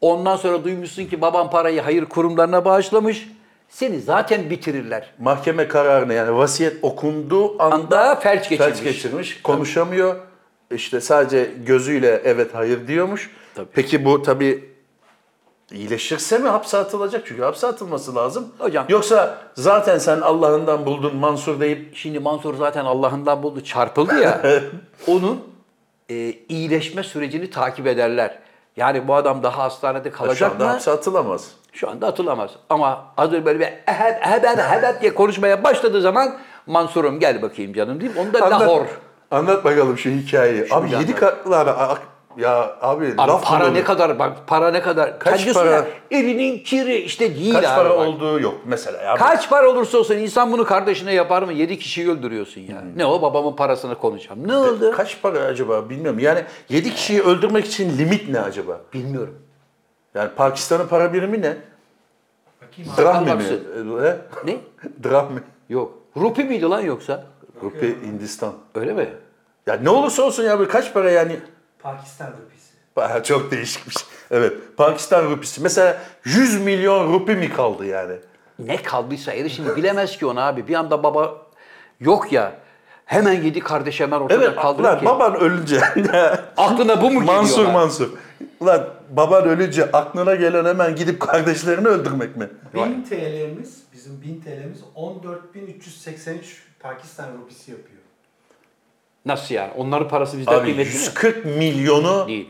Speaker 1: Ondan sonra duymuşsun ki baban parayı hayır kurumlarına bağışlamış. Seni zaten bitirirler.
Speaker 2: Mahkeme kararını yani vasiyet okunduğu anda,
Speaker 1: Anda felç geçirmiş.
Speaker 2: felç geçirmiş, konuşamıyor. İşte sadece gözüyle evet hayır diyormuş. Peki bu tabii iyileşirse mi hapse atılacak? Çünkü hapse atılması lazım.
Speaker 1: Hocam-
Speaker 2: Yoksa zaten sen Allah'ından buldun Mansur deyip
Speaker 1: Şimdi Mansur zaten Allah'ından buldu çarpıldı
Speaker 2: (laughs)
Speaker 1: ya. onun e, iyileşme sürecini takip ederler. Yani bu adam daha hastanede
Speaker 2: şu
Speaker 1: kalacak
Speaker 2: anda
Speaker 1: mı?
Speaker 2: hapse atılamaz.
Speaker 1: Şu anda atılamaz. Ama hazır böyle bir eheb, hebed, hebed diye konuşmaya başladığı zaman Mansur'um gel bakayım canım deyip onu da
Speaker 2: Anlat-
Speaker 1: Lahor.
Speaker 2: Anlat bakalım şu hikayeyi. abi
Speaker 1: anlat.
Speaker 2: yedi katlı abi. ak- Ya abi,
Speaker 1: Abi
Speaker 2: laf
Speaker 1: para
Speaker 2: mı olur?
Speaker 1: ne kadar bak para ne kadar.
Speaker 2: Kaç
Speaker 1: Kendisi
Speaker 2: para?
Speaker 1: ya, Elinin kiri işte değil
Speaker 2: Kaç
Speaker 1: abi
Speaker 2: para
Speaker 1: bak.
Speaker 2: olduğu yok mesela. Ya.
Speaker 1: Kaç para olursa olsun insan bunu kardeşine yapar mı? Yedi kişiyi öldürüyorsun ya.
Speaker 2: Hmm.
Speaker 1: Ne o babamın parasını konuşacağım. Ne oldu?
Speaker 2: Kaç para acaba bilmiyorum. Yani 7 kişiyi öldürmek için limit ne acaba?
Speaker 1: Bilmiyorum.
Speaker 2: Yani Pakistan'ın para birimi ne?
Speaker 5: Bakayım abi.
Speaker 2: Drahmi mi?
Speaker 1: baksın.
Speaker 2: E,
Speaker 1: Ne?
Speaker 2: (laughs) Drahmi.
Speaker 1: Yok. Rupi miydi lan yoksa?
Speaker 2: Rupi Hindistan.
Speaker 1: Öyle mi?
Speaker 2: Ya ne olursa olsun ya böyle kaç para yani?
Speaker 5: Pakistan rupisi.
Speaker 2: Bayağı (laughs) Çok değişikmiş. Evet. Pakistan rupisi. Mesela 100 milyon rupi mi kaldı yani?
Speaker 1: Ne kaldıysa erişim bilemez ki onu abi. Bir anda baba yok ya. Hemen yedi kardeş hemen ortada
Speaker 2: Evet.
Speaker 1: kaldırıyor
Speaker 2: Ulan
Speaker 1: ki.
Speaker 2: baban ölünce.
Speaker 1: Aklına bu mu geliyor?
Speaker 2: (laughs) Mansur
Speaker 1: lan?
Speaker 2: Mansur. Ulan baban ölünce aklına gelen hemen gidip kardeşlerini öldürmek mi?
Speaker 5: 1000 TL'miz, bizim 1000 TL'miz 14.383 Pakistan rupisi yapıyor.
Speaker 1: Nasıl yani? Onların parası bizden
Speaker 2: Abi
Speaker 1: kıymetli mi?
Speaker 2: 140 milyonu
Speaker 1: Değil.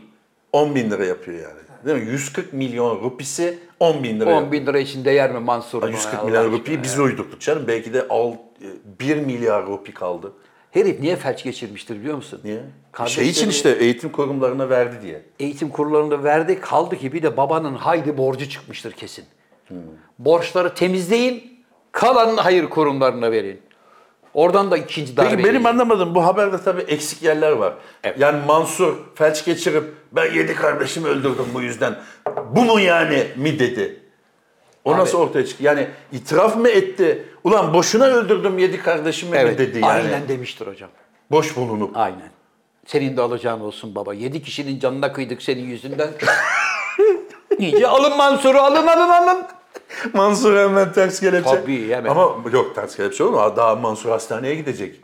Speaker 2: 10 bin lira yapıyor yani. Değil mi? 140 milyon rupisi 10 bin lira.
Speaker 1: 10 bin lira için değer mi Mansur?
Speaker 2: yapıyor.
Speaker 1: buna
Speaker 2: 140
Speaker 1: ya,
Speaker 2: milyar
Speaker 1: Allah
Speaker 2: rupiyi
Speaker 1: aşkına
Speaker 2: biz
Speaker 1: ya?
Speaker 2: uydurduk canım. Belki de al, 1 milyar rupi kaldı.
Speaker 1: Herif niye felç geçirmiştir biliyor musun?
Speaker 2: Niye?
Speaker 1: Kardeşleri
Speaker 2: Şey için işte eğitim kurumlarına verdi diye.
Speaker 1: Eğitim kurullarında verdi kaldı ki bir de babanın haydi borcu çıkmıştır kesin. Borçları temizleyin, kalanını hayır kurumlarına verin. Oradan da ikinci darbe.
Speaker 2: Peki benim
Speaker 1: yiyin.
Speaker 2: anlamadığım bu haberde tabii eksik yerler var.
Speaker 1: Evet.
Speaker 2: Yani Mansur felç geçirip ben yedi kardeşimi öldürdüm bu yüzden. Bu mu yani mi dedi. O
Speaker 1: Abi-
Speaker 2: nasıl ortaya çıktı? Yani itiraf mı etti? Ulan boşuna öldürdüm yedi kardeşimi mi
Speaker 1: evet,
Speaker 2: dedi yani.
Speaker 1: Aynen demiştir hocam.
Speaker 2: Boş bulunup.
Speaker 1: Aynen. Senin de alacağın olsun baba. Yedi kişinin canına kıydık senin yüzünden. (laughs) İyice alın Mansur'u alın alın alın.
Speaker 2: Mansur hemen ters kelepçe.
Speaker 1: Tabii, hemen.
Speaker 2: Ama yok ters kelepçe olur mu? Daha Mansur hastaneye gidecek.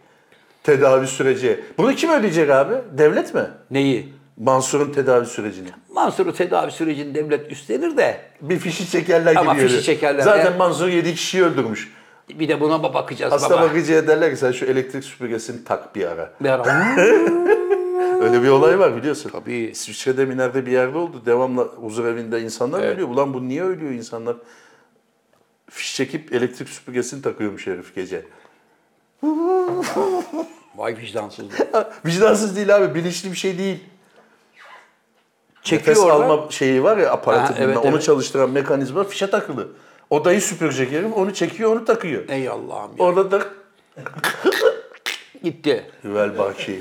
Speaker 2: Tedavi süreci. Bunu kim ödeyecek abi? Devlet mi?
Speaker 1: Neyi?
Speaker 2: Mansur'un tedavi sürecini.
Speaker 1: Mansur'u tedavi sürecini devlet üstlenir de
Speaker 2: Bir fişi çekerler gibi.
Speaker 1: Ama fişi
Speaker 2: yürü.
Speaker 1: çekerler.
Speaker 2: Zaten
Speaker 1: Ya.
Speaker 2: Mansur 7 kişiyi öldürmüş.
Speaker 1: bir de buna ba- bakacağız
Speaker 2: Hasta
Speaker 1: baba.
Speaker 2: bakıcıya derler ki sen şu elektrik süpürgesini tak bir ara.
Speaker 1: Bir ara-
Speaker 2: Öyle bir olay var biliyorsun.
Speaker 1: Tabii.
Speaker 2: İsviçre'de mi nerede bir yerde oldu. Devamlı huzur evinde insanlar ölüyor. Ulan bu niye ölüyor insanlar? Fiş çekip elektrik süpürgesini takıyormuş herif gece.
Speaker 1: Vay vicdansızlık.
Speaker 2: Vicdansız değil abi bilinçli bir şey değil.
Speaker 1: Çekiyor
Speaker 2: Nefes
Speaker 1: oradan.
Speaker 2: alma şeyi var ya aparatı
Speaker 1: Ha,
Speaker 2: bilmem,
Speaker 1: evet,
Speaker 2: onu
Speaker 1: evet.
Speaker 2: çalıştıran mekanizma fişe takılı. Odayı süpürecek herif onu çekiyor onu takıyor.
Speaker 1: Ey Allah'ım ya.
Speaker 2: Orada da
Speaker 1: Gitti.
Speaker 2: Hüvel Baki.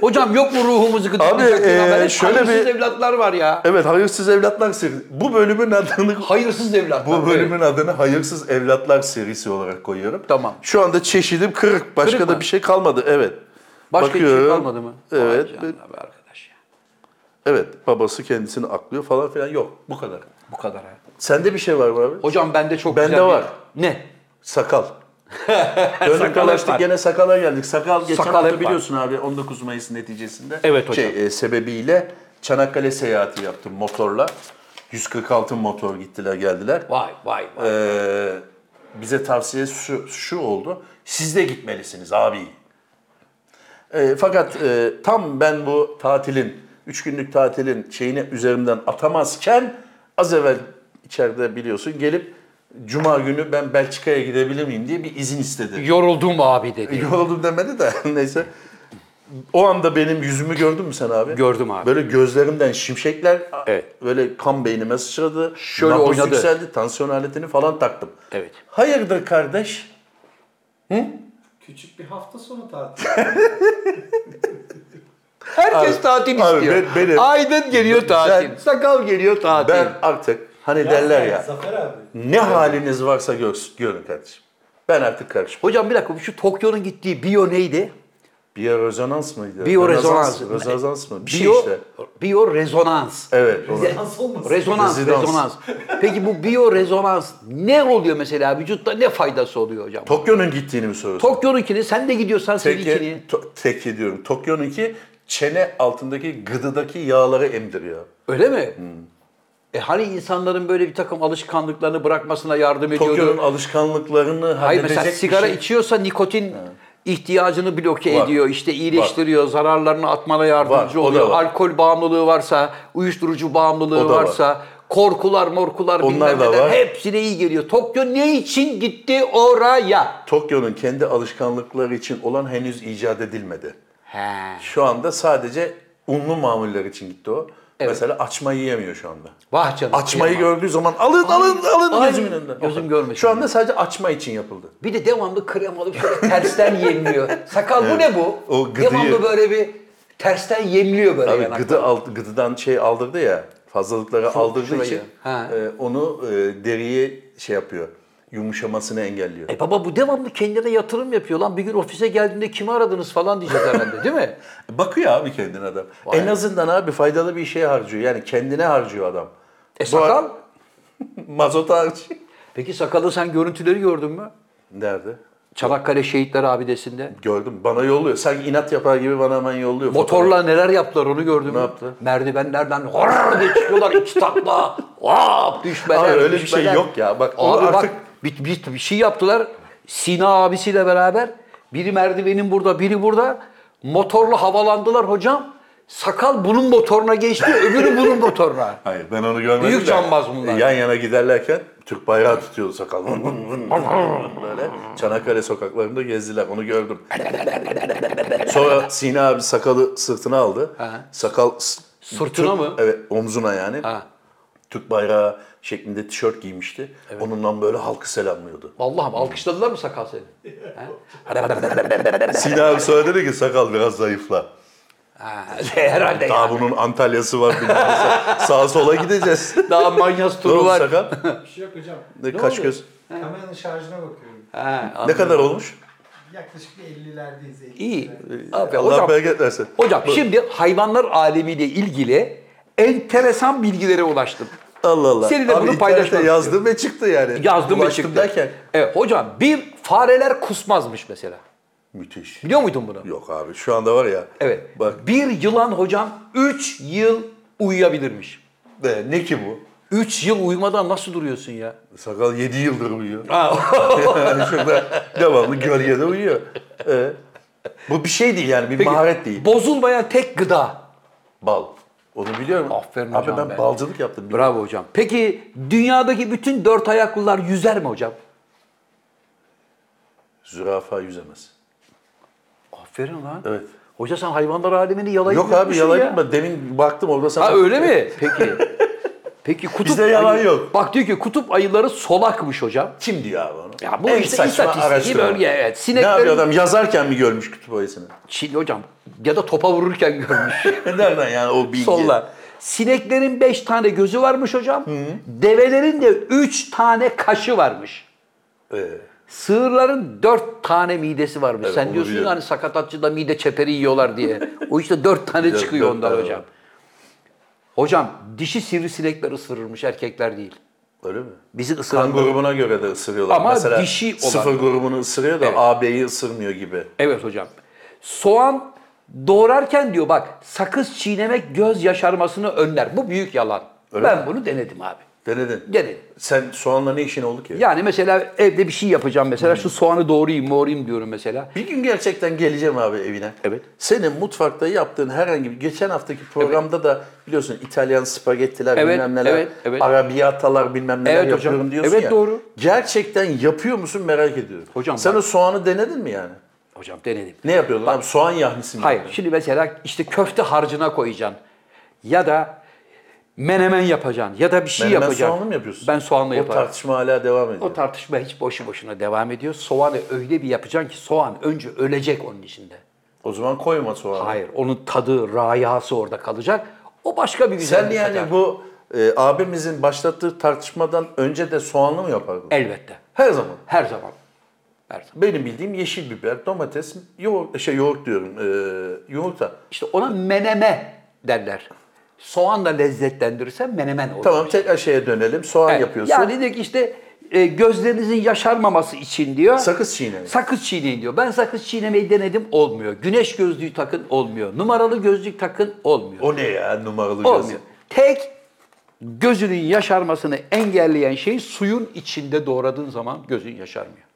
Speaker 1: Hocam yok mu ruhumuzu gıdıklayacak?
Speaker 2: Abi,
Speaker 1: ya?
Speaker 2: e,
Speaker 1: Böyle
Speaker 2: şöyle
Speaker 1: hayırsız
Speaker 2: bir-
Speaker 1: evlatlar var ya.
Speaker 2: (laughs) evet hayırsız evlatlar serisi. Bu bölümün adını
Speaker 1: Hayırsız evlatlar.
Speaker 2: bu
Speaker 1: evet.
Speaker 2: bölümün adını hayırsız evlatlar serisi olarak koyuyorum.
Speaker 1: Tamam.
Speaker 2: Şu anda çeşidim kırık. Başka
Speaker 1: Kırık
Speaker 2: da
Speaker 1: mı?
Speaker 2: bir şey kalmadı. Evet.
Speaker 1: Başka hiçbir şey
Speaker 2: Bakıyorum.
Speaker 1: kalmadı mı?
Speaker 2: Evet.
Speaker 1: Vay canına be arkadaş ya.
Speaker 2: Evet. Babası kendisini aklıyor falan filan. Yok. Bu kadar.
Speaker 1: Bu kadar ha.
Speaker 2: Sende bir şey var mı abi?
Speaker 1: Hocam bende çok
Speaker 2: Bende
Speaker 1: güzel bir-
Speaker 2: var.
Speaker 1: Ne? (laughs)
Speaker 2: Sakal. Döndük dolaştık
Speaker 1: var.
Speaker 2: gene sakala geldik. Sakal geçen
Speaker 1: Sakal hep
Speaker 2: hafta
Speaker 1: var.
Speaker 2: biliyorsun abi 19 Mayıs neticesinde
Speaker 1: Evet hocam.
Speaker 2: şey, e, sebebiyle Çanakkale seyahati yaptım motorla. 146 motor gittiler geldiler.
Speaker 1: Vay vay vay.
Speaker 2: Ee, bize tavsiye şu, şu oldu. Siz de gitmelisiniz abi. Ee, fakat e, tam ben bu tatilin, üç günlük tatilin şeyini üzerimden atamazken az evvel içeride biliyorsun gelip Cuma günü ben Belçika'ya gidebilir miyim diye bir izin istedi.
Speaker 1: Yoruldum abi dedi.
Speaker 2: Yoruldum demedi de (laughs) neyse. O anda benim yüzümü gördün mü sen abi?
Speaker 1: Gördüm abi.
Speaker 2: Böyle gözlerimden şimşekler a-
Speaker 1: Evet.
Speaker 2: böyle kan beynime sıçradı.
Speaker 1: Şöyle
Speaker 2: nabız
Speaker 1: oynadı.
Speaker 2: yükseldi. Tansiyon aletini falan taktım.
Speaker 1: Evet.
Speaker 2: Hayırdır kardeş?
Speaker 5: Küçük bir hafta sonu tatili.
Speaker 1: Herkes tatil
Speaker 2: abi
Speaker 1: istiyor.
Speaker 2: ben- benim-
Speaker 1: Aydın geliyor tatil.
Speaker 2: Ben-
Speaker 1: Sakal geliyor tatil.
Speaker 2: Ben artık hani
Speaker 5: Ya
Speaker 2: derler
Speaker 5: sen,
Speaker 2: ya
Speaker 5: Zafer abi.
Speaker 2: ne haliniz varsa görs- görün kardeşim. Ben artık karışmam.
Speaker 1: Hocam bir dakika şu Tokyo'nun gittiği biyo neydi?
Speaker 2: Biyo rezonans mıydı?
Speaker 1: Biyorezonans.
Speaker 2: Rezonans, rezonans mı? Bir şey
Speaker 1: biyo,
Speaker 2: işte.
Speaker 1: biyo rezonans.
Speaker 2: Evet. doğru.
Speaker 5: Rezonans olmasın.
Speaker 1: Rezonans,
Speaker 2: Rezidans.
Speaker 1: rezonans. Peki bu biyo rezonans ne oluyor mesela vücutta ne faydası oluyor hocam?
Speaker 2: Tokyo'nun gittiğini mi soruyorsun?
Speaker 1: Tokyo'nunkini sen de gidiyorsan seninkini.
Speaker 2: Teki, to, tek ediyorum. Tokyo'nunki çene altındaki gıdıdaki yağları emdiriyor.
Speaker 1: Öyle mi?
Speaker 2: Hmm.
Speaker 1: E hani insanların böyle bir takım alışkanlıklarını bırakmasına yardım ediyordu.
Speaker 2: Tokyo'nun alışkanlıklarını
Speaker 1: Hayır
Speaker 2: halledecek
Speaker 1: mesela
Speaker 2: bir
Speaker 1: sigara
Speaker 2: şey-
Speaker 1: içiyorsa nikotin ihtiyacını bloke
Speaker 2: Var.
Speaker 1: ediyor. işte iyileştiriyor, zararlarını atmana yardımcı
Speaker 2: Var, o da
Speaker 1: oluyor.
Speaker 2: var.
Speaker 1: Alkol bağımlılığı varsa, uyuşturucu bağımlılığı
Speaker 2: O da var.
Speaker 1: varsa, korkular, morkular
Speaker 2: Onlar
Speaker 1: bilmem
Speaker 2: da
Speaker 1: neler,
Speaker 2: var.
Speaker 1: hepsine iyi geliyor. Tokyo ne için gitti oraya?
Speaker 2: Tokyo'nun kendi alışkanlıkları için olan henüz icat edilmedi.
Speaker 1: He.
Speaker 2: Şu anda sadece unlu mamuller için gitti o. Mesela açmayı yiyemiyor şu anda.
Speaker 1: Vah canına.
Speaker 2: Açmayı
Speaker 1: kıyamam.
Speaker 2: gördüğü zaman alın alın alın
Speaker 1: ay,
Speaker 2: gözümün önünden.
Speaker 1: gözüm
Speaker 2: O-
Speaker 1: görmesin
Speaker 2: Şu anda
Speaker 1: diye.
Speaker 2: sadece açma için yapıldı.
Speaker 1: Bir de devamlı kremalı şöyle tersten yemliyor. Sakal bu ne bu?
Speaker 2: o gıdıyı-
Speaker 1: Devamlı böyle bir tersten yemliyor böyle
Speaker 2: Abi
Speaker 1: yanakları.
Speaker 2: gıdı alt, gıdıdan şey aldırdı ya fazlalıkları aldırdığı
Speaker 1: şurayı.
Speaker 2: için
Speaker 1: Ha.
Speaker 2: e, onu e, deriye şey yapıyor. Yumuşamasını engelliyor.
Speaker 1: E baba bu devamlı kendine yatırım yapıyor lan. Bir gün ofise geldiğinde kimi aradınız falan diyeceğiz herhalde değil mi?
Speaker 2: Bakıyor abi kendine adam.
Speaker 1: Vay
Speaker 2: En
Speaker 1: be.
Speaker 2: azından abi faydalı bir şeye harcıyor. Yani kendine harcıyor adam.
Speaker 1: E
Speaker 2: Bu ar- (laughs)
Speaker 1: sakal?
Speaker 2: Mazota harcıyor.
Speaker 1: Peki sakalı sen görüntüleri gördün mü?
Speaker 2: Nerede?
Speaker 1: Çanakkale Şehitler Abidesi'nde.
Speaker 2: Gördüm. Bana yolluyor. Sanki inat yapar gibi bana hemen yolluyor. fotoğrafı.
Speaker 1: Motorla neler yaptılar onu gördün mü?
Speaker 2: Ne yaptı?
Speaker 1: Merdivenlerden horror diye çıkıyorlar iki takla. Hop düşmeler.
Speaker 2: Abi öyle bir
Speaker 1: düşmeler.
Speaker 2: şey yok ya. Bak onu
Speaker 1: Abi bak
Speaker 2: artık-
Speaker 1: bir, bir, bir şey yaptılar. Sina abisiyle beraber biri merdivenin burada biri burada. Motorla havalandılar hocam. Sakal bunun motoruna geçti öbürü bunun motoruna.
Speaker 2: Hayır ben onu görmedim
Speaker 1: Büyük
Speaker 2: de,
Speaker 1: cambaz bunlar.
Speaker 2: Yan yana giderlerken Türk bayrağı tutuyordu sakal. Böyle Çanakkale sokaklarında gezdiler. Onu gördüm. Sonra Sina abi sakalı sırtına aldı. Sakal s-
Speaker 1: Sırtına
Speaker 2: Türk-
Speaker 1: mı?
Speaker 2: Evet omzuna yani.
Speaker 1: Ha.
Speaker 2: Türk bayrağı şeklinde tişört giymişti. Onunla böyle halkı selamlıyordu.
Speaker 1: Allah'ım alkışladılar mı sakal seni? He?
Speaker 2: Sina abi sonra dedi ki sakal biraz zayıfla.
Speaker 1: Ha, (laughs)
Speaker 2: E,
Speaker 1: Herhalde ya.
Speaker 2: Daha bunun Antalya'sı var. bilmem ne. Sa- Sağa
Speaker 1: (laughs)
Speaker 2: sola gideceğiz.
Speaker 1: Daha manyas
Speaker 2: Ne
Speaker 1: turu
Speaker 2: oldu
Speaker 1: var.
Speaker 2: sakal?
Speaker 5: Bir şey yok hocam.
Speaker 2: Ne, kaç
Speaker 1: oldu?
Speaker 2: göz?
Speaker 5: Kameranın şarjına bakıyorum.
Speaker 1: Ha,
Speaker 2: Ne
Speaker 1: anladım.
Speaker 2: kadar olmuş?
Speaker 5: Yaklaşık bir 50'lerdeyiz. 50'lerde.
Speaker 1: İyi. Aferin.
Speaker 2: E, Allah
Speaker 1: hocam,
Speaker 2: bereket versin.
Speaker 1: hocam şimdi hayvanlar alemiyle ilgili enteresan bilgilere ulaştım.
Speaker 2: Allah Allah.
Speaker 1: Seninle bunu
Speaker 2: internette
Speaker 1: paylaşmak
Speaker 2: yazdım ve çıktı yani.
Speaker 1: Yazdım ve
Speaker 2: Ulaştım
Speaker 1: çıktı.
Speaker 2: derken.
Speaker 1: Evet, E, hocam bir fareler kusmazmış mesela.
Speaker 2: Müthiş.
Speaker 1: Biliyor muydun bunu?
Speaker 2: Yok abi şu anda var ya.
Speaker 1: Evet.
Speaker 2: Bak
Speaker 1: Bir yılan hocam 3 yıl uyuyabilirmiş.
Speaker 2: e, ne ki bu?
Speaker 1: 3 yıl uyumadan nasıl duruyorsun ya?
Speaker 2: Sakal 7 yıldır uyuyor. (laughs) yani şurada devamlı gölgede uyuyor. E, bu bir şey değil yani bir
Speaker 1: Peki,
Speaker 2: maharet değil.
Speaker 1: Bozulmayan tek gıda.
Speaker 2: Bal. Onu biliyorum.
Speaker 1: Aferin
Speaker 2: abi
Speaker 1: hocam
Speaker 2: ben
Speaker 1: be.
Speaker 2: balcılık yaptım.
Speaker 1: Bravo hocam. Peki dünyadaki bütün dört ayaklılar yüzer mi hocam?
Speaker 2: Zürafa yüzemez.
Speaker 1: Aferin lan.
Speaker 2: Evet.
Speaker 1: Hoca sen hayvanlar alemini yalayıp
Speaker 2: Yok abi
Speaker 1: yutmuşsun
Speaker 2: yalan
Speaker 1: Şey ya.
Speaker 2: yapma. Demin baktım orada sana.
Speaker 1: Ha öyle mi? Peki. (laughs) Peki kutup
Speaker 2: Bizde yalan
Speaker 1: ayı-
Speaker 2: yok.
Speaker 1: Bak diyor ki kutup ayıları solakmış hocam.
Speaker 2: Kim diyor abi onu?
Speaker 1: Ya bu
Speaker 2: En
Speaker 1: işte
Speaker 2: saçma
Speaker 1: istatistiği
Speaker 2: araştırma.
Speaker 1: bölge evet.
Speaker 2: Ne yapıyor
Speaker 1: Sineklerin
Speaker 2: adam? Yazarken mi görmüş kütüp ayısını?
Speaker 1: Şimdi hocam ya da topa vururken görmüş.
Speaker 2: (laughs) Nereden yani o bilgi?
Speaker 1: Solla. Sineklerin 5 tane gözü varmış hocam. Develerin de 3 tane kaşı varmış.
Speaker 2: Ee,
Speaker 1: Sığırların 4 tane midesi varmış.
Speaker 2: Evet,
Speaker 1: Sen
Speaker 2: onu
Speaker 1: diyorsun
Speaker 2: biliyorum.
Speaker 1: yani sakatatçıda mide çeperi yiyorlar diye. o işte
Speaker 2: (laughs)
Speaker 1: 4 tane
Speaker 2: Dört-
Speaker 1: çıkıyor
Speaker 2: dört
Speaker 1: ondan
Speaker 2: tane
Speaker 1: hocam.
Speaker 2: var.
Speaker 1: Hocam dişi sivrisinekler ısırırmış erkekler değil.
Speaker 2: öyle mi?
Speaker 1: Bizi
Speaker 2: Kan
Speaker 1: ısıranlar.
Speaker 2: grubuna göre de ısırıyorlar.
Speaker 1: Ama
Speaker 2: Mesela
Speaker 1: dişi olan-
Speaker 2: sıfır grubunu ısırıyor da
Speaker 1: Evet.
Speaker 2: AB'yi ısırmıyor gibi.
Speaker 1: Evet hocam. Soğan doğrarken diyor bak sakız çiğnemek göz yaşarmasını önler. Bu büyük yalan.
Speaker 2: Öyle
Speaker 1: ben bunu denedim abi.
Speaker 2: Denedin.
Speaker 1: Denedim.
Speaker 2: Sen soğanla ne işin oldu ki?
Speaker 1: Yani mesela evde bir şey yapacağım mesela şu soğanı doğrayayım morayım diyorum mesela.
Speaker 2: Bir gün gerçekten geleceğim abi evine.
Speaker 1: Evet.
Speaker 2: Senin mutfakta yaptığın herhangi bir... Geçen haftaki programda da biliyorsun İtalyan spagettiler
Speaker 1: Evet,
Speaker 2: bilmem neler,
Speaker 1: evet, evet.
Speaker 2: arabiyatalar bilmem neler
Speaker 1: Evet hocam.
Speaker 2: yapıyorum diyorsun
Speaker 1: Evet,
Speaker 2: ya.
Speaker 1: doğru.
Speaker 2: Gerçekten yapıyor musun merak ediyorum.
Speaker 1: Hocam
Speaker 2: Sen
Speaker 1: bak-
Speaker 2: o soğanı denedin mi yani?
Speaker 1: Hocam denedim.
Speaker 2: Ne yapıyordun abi? Soğan yahnisi mi?
Speaker 1: Hayır
Speaker 2: yapıyordun?
Speaker 1: şimdi mesela işte köfte harcına koyacaksın. Ya da menemen yapacaksın ya da bir şey
Speaker 2: Menemen
Speaker 1: yapacaksın.
Speaker 2: soğanlı mı yapıyorsun?
Speaker 1: Ben soğanla
Speaker 2: O
Speaker 1: yaparım.
Speaker 2: tartışma hala devam ediyor.
Speaker 1: O tartışma hiç boşu boşuna devam ediyor. Soğanı öyle bir yapacaksın ki soğan önce ölecek onun içinde.
Speaker 2: o zaman koyma soğanı.
Speaker 1: Hayır, onun tadı, rayası orada kalacak. O başka bir güzel
Speaker 2: Sen yani bu e, abimizin başlattığı tartışmadan önce de soğanlı mı yapardın?
Speaker 1: Elbette.
Speaker 2: Her zaman.
Speaker 1: Her zaman. Her zaman.
Speaker 2: Benim bildiğim yeşil biber, domates, yoğurt, şey yoğurt diyorum, e, yumurta.
Speaker 1: İşte ona meneme derler. Soğanla lezzetlendirirsen menemen olur.
Speaker 2: Tamam tekrar şeye dönelim. Soğan
Speaker 1: Evet.
Speaker 2: yapıyorsun.
Speaker 1: Yani dedik işte e, gözlerinizin yaşarmaması için diyor.
Speaker 2: Sakız çiğnemek.
Speaker 1: Sakız çiğneyin diyor. Ben sakız çiğnemeyi denedim olmuyor. Güneş gözlüğü takın olmuyor. Numaralı gözlük takın olmuyor.
Speaker 2: O ne ya numaralı
Speaker 1: Olmuyor.
Speaker 2: gözü?
Speaker 1: Tek gözünün yaşarmasını engelleyen şey suyun içinde doğradığın zaman gözün yaşarmıyor.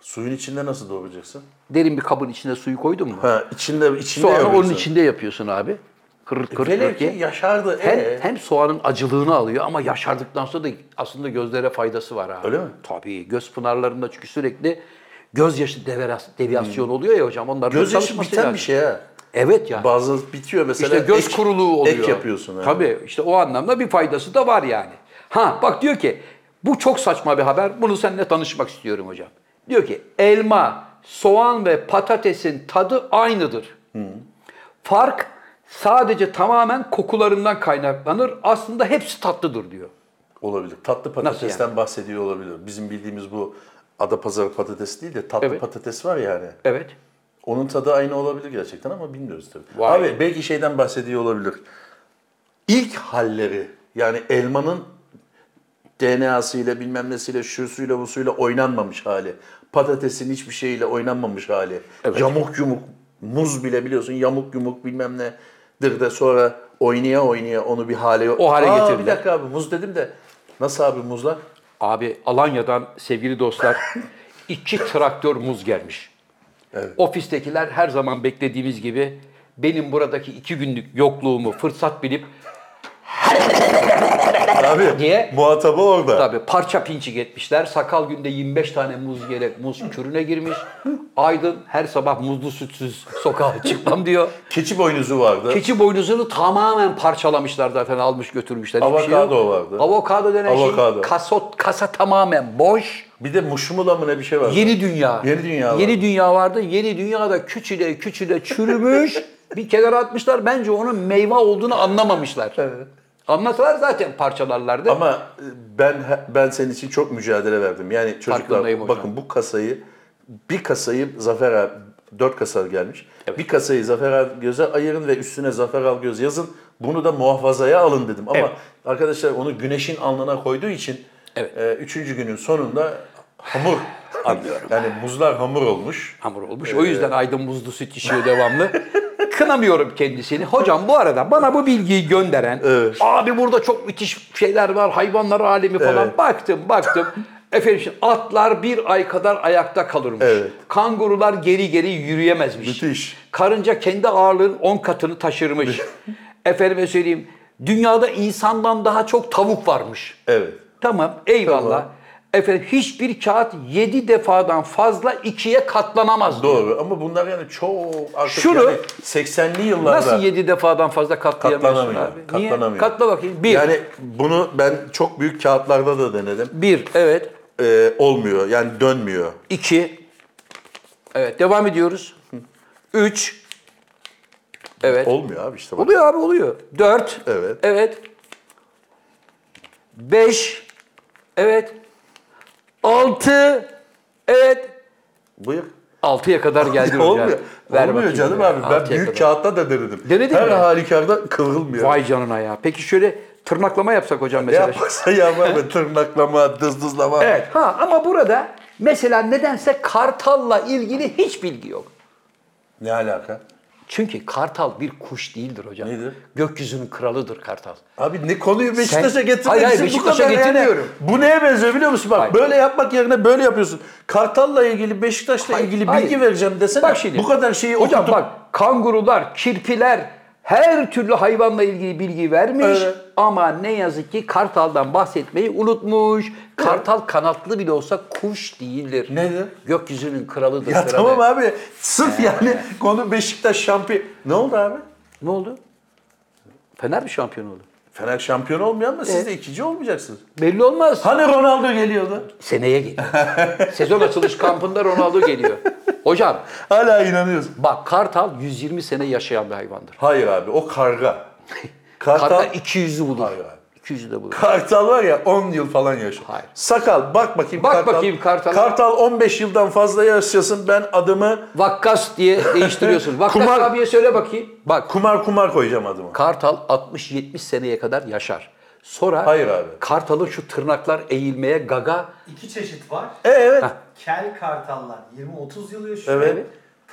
Speaker 2: Suyun içinde nasıl doğrayacaksın?
Speaker 1: Derin bir kabın içine suyu koydun mu?
Speaker 2: Ha içinde içinde
Speaker 1: Soğanı onun
Speaker 2: yapıyorsun.
Speaker 1: içinde yapıyorsun abi. Kırt kırt
Speaker 2: Velev
Speaker 1: kırt
Speaker 2: ki
Speaker 1: diye.
Speaker 2: yaşardı.
Speaker 1: Hem,
Speaker 2: ee?
Speaker 1: hem soğanın acılığını alıyor ama yaşardıktan sonra da aslında gözlere faydası var abi.
Speaker 2: Öyle mi?
Speaker 1: Tabii. Göz pınarlarında çünkü sürekli gözyaşı devera- deviyasyonu oluyor ya hocam. Onlar
Speaker 2: Göz yaşı biten bir şey ha.
Speaker 1: Evet ya.
Speaker 2: Bazı bitiyor mesela.
Speaker 1: İşte göz
Speaker 2: ek-
Speaker 1: kuruluğu oluyor.
Speaker 2: Ek yapıyorsun. ha.
Speaker 1: Tabii işte o anlamda bir faydası da var yani. Ha bak diyor ki bu çok saçma bir haber. Bunu seninle tanışmak istiyorum hocam. Diyor ki elma, soğan ve patatesin tadı aynıdır. Fark sadece tamamen kokularından kaynaklanır. Aslında hepsi tatlıdır diyor.
Speaker 2: Olabilir. Tatlı patatesten bahsediyor olabilir. Bizim bildiğimiz bu Adapazarı patatesi değil de tatlı
Speaker 1: Evet.
Speaker 2: patates var hani. yani.
Speaker 1: Evet.
Speaker 2: Onun tadı aynı olabilir gerçekten ama bilmiyoruz tabii.
Speaker 1: Vay.
Speaker 2: Abi belki şeyden bahsediyor olabilir. İlk halleri yani elmanın DNA'sıyla bilmem nesiyle şusuyla busuyla oynanmamış hali. Patatesin hiçbir şeyiyle oynanmamış hali. Yamuk yumuk muz bile biliyorsun yamuk yumuk bilmem nedir de sonra oynaya oynaya onu bir hale
Speaker 1: O hale
Speaker 2: Aa, Bir
Speaker 1: getirdiler.
Speaker 2: dakika abi muz dedim de nasıl abi muzlar?
Speaker 1: Abi Alanya'dan sevgili
Speaker 2: (laughs)
Speaker 1: dostlar iki traktör muz gelmiş. Ofistekiler her zaman beklediğimiz gibi benim buradaki iki günlük yokluğumu fırsat bilip
Speaker 2: Abi
Speaker 1: Niye?
Speaker 2: muhatabı orada.
Speaker 1: tabi parça pinçik etmişler. Sakal günde 25 tane muz yelek muz kürüne girmiş. Aydın her sabah muzlu sütsüz sokağa (laughs) çıkmam diyor.
Speaker 2: Keçi boynuzu vardı.
Speaker 1: Keçi boynuzunu tamamen parçalamışlar zaten almış götürmüşler. Hiçbir şey yok.
Speaker 2: Avokado vardı.
Speaker 1: Avokado denen
Speaker 2: Avokado.
Speaker 1: şey kasot, kasa tamamen boş.
Speaker 2: Bir de muşmula mı ne bir şey var.
Speaker 1: Yeni dünya.
Speaker 2: Yeni dünya var.
Speaker 1: Yeni dünya vardı. Yeni dünyada küçüle küçüle
Speaker 2: (laughs)
Speaker 1: çürümüş. bir kenara atmışlar. Bence onun meyve olduğunu anlamamışlar. Evet. Anlasalar zaten parçalarlardı.
Speaker 2: Ama e, ben ben senin için çok mücadele verdim. Yani
Speaker 1: Farkındayım
Speaker 2: çocuklar
Speaker 1: hocam.
Speaker 2: bakın bu kasayı bir kasayı Zafer abi dört kasa gelmiş. Bir kasayı Zafer abi göze ayırın ve üstüne Zafer al göz yazın. Bunu da muhafazaya alın dedim. Ama
Speaker 1: Evet.
Speaker 2: arkadaşlar onu güneşin alnına koyduğu için
Speaker 1: Evet.
Speaker 2: e, üçüncü günün sonunda hamur. Anlıyorum. Yani muzlar hamur olmuş.
Speaker 1: Hamur olmuş.
Speaker 2: Ee,
Speaker 1: O yüzden Aydın muzlu süt içiyor
Speaker 2: (laughs)
Speaker 1: devamlı. Kınamıyorum kendisini. Hocam bu arada bana bu bilgiyi gönderen
Speaker 2: Evet.
Speaker 1: abi burada çok müthiş şeyler var hayvanlar alemi falan
Speaker 2: Evet.
Speaker 1: baktım
Speaker 2: (laughs)
Speaker 1: baktım. Efendim şimdi atlar bir ay kadar ayakta kalırmış.
Speaker 2: Evet.
Speaker 1: Kangurular geri geri yürüyemezmiş.
Speaker 2: Müthiş.
Speaker 1: Karınca kendi ağırlığının 10 katını taşırmış. Efendime söyleyeyim dünyada insandan daha çok tavuk varmış.
Speaker 2: Evet.
Speaker 1: Tamam eyvallah.
Speaker 2: Tamam.
Speaker 1: Efendim hiçbir kağıt 7 defadan fazla ikiye katlanamaz. diyor.
Speaker 2: Doğru ama bunlar yani çok artık
Speaker 1: Şunu-
Speaker 2: yani 80'li yıllarda.
Speaker 1: Nasıl 7 defadan fazla katlayamıyorsun
Speaker 2: Katlanamıyor,
Speaker 1: abi? Niye?
Speaker 2: katlanamıyor.
Speaker 1: Katla bakayım. 1,
Speaker 2: Yani bunu ben çok büyük kağıtlarda da denedim.
Speaker 1: bir, evet.
Speaker 2: Ee, olmuyor yani dönmüyor.
Speaker 1: 2. Evet devam ediyoruz. 3. Evet.
Speaker 2: Olmuyor abi işte bak.
Speaker 1: Oluyor abi oluyor. 4.
Speaker 2: Evet.
Speaker 1: Evet. 5. Evet. 6. Evet.
Speaker 2: Bıyık.
Speaker 1: 6'ya kadar
Speaker 2: (laughs)
Speaker 1: geldi hocam.
Speaker 2: Olmuyor.
Speaker 1: Ver
Speaker 2: Olmuyor
Speaker 1: bakayım
Speaker 2: canım
Speaker 1: ya,
Speaker 2: abi. Ben
Speaker 1: altıya
Speaker 2: büyük
Speaker 1: kadar.
Speaker 2: kağıtta da denedim.
Speaker 1: Denedin
Speaker 2: Her
Speaker 1: mi?
Speaker 2: halükarda kıvrılmıyor.
Speaker 1: Vay canına ya. Peki şöyle tırnaklama yapsak hocam
Speaker 2: Ne
Speaker 1: mesela.
Speaker 2: yaparsa yapar be tırnaklama, dızdızlama.
Speaker 1: Evet. Ha ama burada mesela nedense kartalla ilgili hiç bilgi yok.
Speaker 2: Ne alaka?
Speaker 1: Çünkü kartal bir kuş değildir hocam.
Speaker 2: Nedir?
Speaker 1: Gökyüzünün kralıdır kartal.
Speaker 2: Abi ne konuyu Beşiktaş'a
Speaker 1: Sen-
Speaker 2: getirdin?
Speaker 1: Hayır, hayır,
Speaker 2: Bizim bu
Speaker 1: Beşiktaş'a
Speaker 2: kadar yani-
Speaker 1: getirmiyorum.
Speaker 2: bu neye benziyor biliyor musun? Bak
Speaker 1: Hayır.
Speaker 2: böyle yapmak yerine böyle yapıyorsun. Kartal'la ilgili, Beşiktaş'la
Speaker 1: Hayır,
Speaker 2: ilgili bilgi
Speaker 1: hayır.
Speaker 2: vereceğim desene.
Speaker 1: Bak şimdi.
Speaker 2: Bu kadar şeyi
Speaker 1: Hocam
Speaker 2: okutup
Speaker 1: bak kangurular, kirpiler her türlü hayvanla ilgili bilgi vermiş
Speaker 2: Evet.
Speaker 1: ama ne yazık ki kartaldan bahsetmeyi unutmuş. Kartal kanatlı bile olsa kuş değildir.
Speaker 2: Nedir?
Speaker 1: Gökyüzünün kralıdır.
Speaker 2: Ya
Speaker 1: kralı.
Speaker 2: tamam abi. Sırf yani konu Beşiktaş şampiyon. Ne oldu abi?
Speaker 1: Ne oldu? Fener mi şampiyon oldu?
Speaker 2: Fener şampiyon olmuyor ama siz de ikinci olmayacaksınız.
Speaker 1: Belli olmaz.
Speaker 2: Hani Ronaldo geliyordu?
Speaker 1: Seneye
Speaker 2: (laughs)
Speaker 1: geliyor. Sezon açılış kampında Ronaldo geliyor. Hocam
Speaker 2: Hala inanıyorsun.
Speaker 1: bak kartal 120 sene yaşayan bir hayvandır.
Speaker 2: Hayır abi
Speaker 1: (laughs)
Speaker 2: o karga. Kartal,
Speaker 1: Kartal 200'ü bulur.
Speaker 2: Hayır, hayır.
Speaker 1: 200'ü de bulur.
Speaker 2: Kartal var ya 10 yıl falan yaşıyor.
Speaker 1: Hayır.
Speaker 2: Sakal bak bakayım
Speaker 1: Bak
Speaker 2: Kartal.
Speaker 1: bakayım Kartal'a.
Speaker 2: Kartal 15 yıldan fazla yaşasın ben adımı
Speaker 1: Vakkas diye
Speaker 2: (laughs)
Speaker 1: değiştiriyorsun. Vakkas
Speaker 2: Kumar-
Speaker 1: abiye söyle bakayım. Bak
Speaker 2: kumar kumar koyacağım adımı.
Speaker 1: Kartal 60-70 seneye kadar yaşar. Sonra
Speaker 2: Hayır abi.
Speaker 1: Kartal'ın şu tırnaklar eğilmeye gaga
Speaker 5: İki çeşit var.
Speaker 2: E, evet.
Speaker 5: Kel kartallar 20-30 yıl yaşıyor.
Speaker 2: Evet.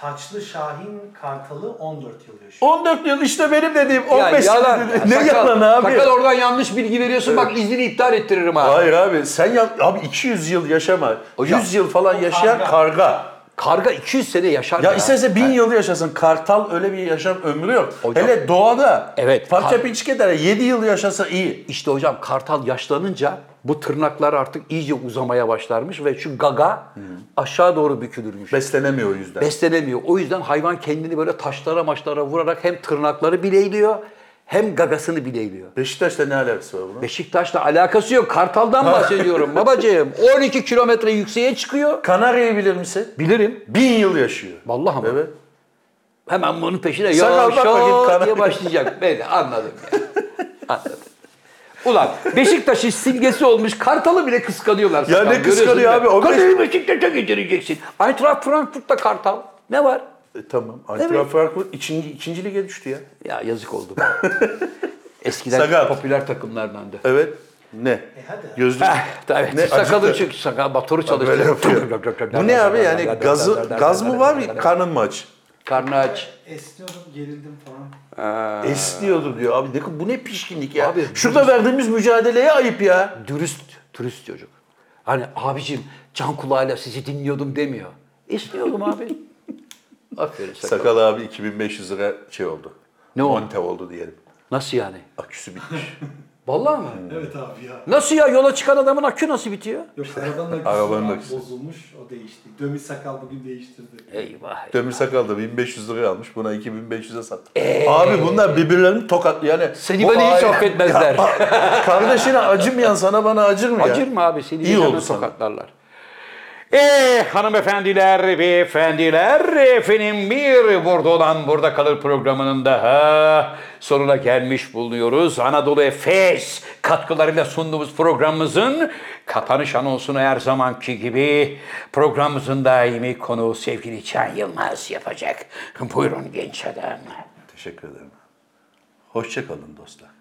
Speaker 5: Taçlı Şahin kartalı 14 yıl yaşıyor.
Speaker 2: 14 yıl işte benim dediğim 15
Speaker 1: Ya
Speaker 2: yıl. dedi- Ne
Speaker 1: Sakal-
Speaker 2: yalan abi?
Speaker 1: Sakal oradan yanlış bilgi veriyorsun bak iznini iptal ettiririm ha.
Speaker 2: Hayır abi sen ya, abi 200 yıl yaşama.
Speaker 1: Hocam.
Speaker 2: 100 yıl falan yaşayan
Speaker 5: karga.
Speaker 2: karga.
Speaker 1: Karga 200 sene yaşar
Speaker 2: Ya isterse bin yıl yaşasın. Kartal öyle bir yaşam ömrü yok.
Speaker 1: Hocam-
Speaker 2: Hele doğada
Speaker 1: Evet,
Speaker 2: parça
Speaker 1: kar-
Speaker 2: pinçik eder. 7 yıl yaşasa iyi.
Speaker 1: İşte hocam kartal yaşlanınca bu tırnaklar artık iyice uzamaya başlarmış ve şu gaga
Speaker 2: Hmm.
Speaker 1: aşağı doğru bükülürmüş.
Speaker 2: Beslenemiyor o yüzden.
Speaker 1: beslenemiyor. O yüzden hayvan kendini böyle taşlara maçlara vurarak hem tırnakları bileyliyor hem gagasını bileyliyor.
Speaker 2: Beşiktaş'la ne alakası var bunun?
Speaker 1: Beşiktaş'la alakası yok. Kartal'dan
Speaker 2: (laughs)
Speaker 1: bahsediyorum babacığım. 12 kilometre yükseğe çıkıyor.
Speaker 2: Kanarya'yı bilir misin?
Speaker 1: Bilirim.
Speaker 2: Bin yıl yaşıyor.
Speaker 1: Vallahi ama.
Speaker 2: Evet.
Speaker 1: Hemen bunun peşine
Speaker 2: Sakal bak bakayım
Speaker 1: yavaş
Speaker 2: kanarya.
Speaker 1: diye başlayacak. Beni anladım ya. Anladım. Ulan Beşiktaş'ın simgesi olmuş. Kartal'ı bile kıskanıyorlar.
Speaker 2: Ya ne kıskanıyor
Speaker 1: görüyorsun değil
Speaker 2: abi?
Speaker 1: mi?
Speaker 2: O beş-
Speaker 1: Kartal'ı Beşiktaş'a getireceksin. Eintracht Frankfurt'ta Kartal. Ne var?
Speaker 2: E, tamam. Antrenör
Speaker 1: Evet.
Speaker 2: Frankfurt ikinci, ikinci lige düştü ya.
Speaker 1: Ya yazık (laughs) oldu. bana. Eskiden
Speaker 2: Sakal.
Speaker 1: popüler takımlardandı.
Speaker 2: Evet. Ne?
Speaker 5: E hadi.
Speaker 2: Gözlük.
Speaker 1: Evet,
Speaker 2: Ne,
Speaker 1: sakalı
Speaker 2: acıktı.
Speaker 1: çünkü sakal Batur'u
Speaker 2: Böyle
Speaker 1: çalıştı.
Speaker 2: yapıyor. Bu ne abi yani gazı gaz mı var karnın mı aç?
Speaker 1: Karnı aç.
Speaker 5: Esniyorum, gerildim falan.
Speaker 2: Esniyordu diyor abi. Ne, bu ne pişkinlik ya?
Speaker 1: Abi-
Speaker 2: Şurada verdiğimiz mücadeleye ayıp ya.
Speaker 1: dürüst, dürüst çocuk. Hani abicim can kulağıyla sizi dinliyordum demiyor. İstiyordum abi. Aferin sakal.
Speaker 2: Sakal abi 2500 lira şey oldu.
Speaker 1: Ne oldu?
Speaker 2: Monte oldu diyelim.
Speaker 1: Nasıl yani?
Speaker 2: Aküsü bitmiş. (laughs)
Speaker 1: Vallahi mi?
Speaker 5: Evet abi ya.
Speaker 1: Nasıl ya yola çıkan adamın akü nasıl bitiyor?
Speaker 5: Yok (laughs) arabanın aküsü
Speaker 2: Arabanın
Speaker 5: falan
Speaker 2: aküsü.
Speaker 5: bozulmuş, o değişti. Dömi sakal bugün değiştirdi.
Speaker 1: Eyvah.
Speaker 2: Demir Sakal da 1500 lira almış. Buna 2500'e sattı. Abi bunlar birbirlerini tokat yani.
Speaker 1: Seni
Speaker 2: bu
Speaker 1: beni hiç
Speaker 2: aile-
Speaker 1: (laughs) affetmezler.
Speaker 2: (laughs) Kardeşine acımayan sana bana acır mı ya?
Speaker 1: Acır mı abi seni?
Speaker 2: İyi
Speaker 1: İyi
Speaker 2: oldu sana.
Speaker 1: sokaklarlar. Eee hanımefendiler, beyefendiler, efendim bir burada olan burada kalır programının daha sonuna gelmiş bulunuyoruz. Anadolu Efes katkılarıyla sunduğumuz programımızın kapanış anonsunu her zamanki gibi programımızın daimi konuğu sevgili Can Yılmaz yapacak. Buyurun genç adam.
Speaker 2: Teşekkür ederim. Hoşçakalın dostlar.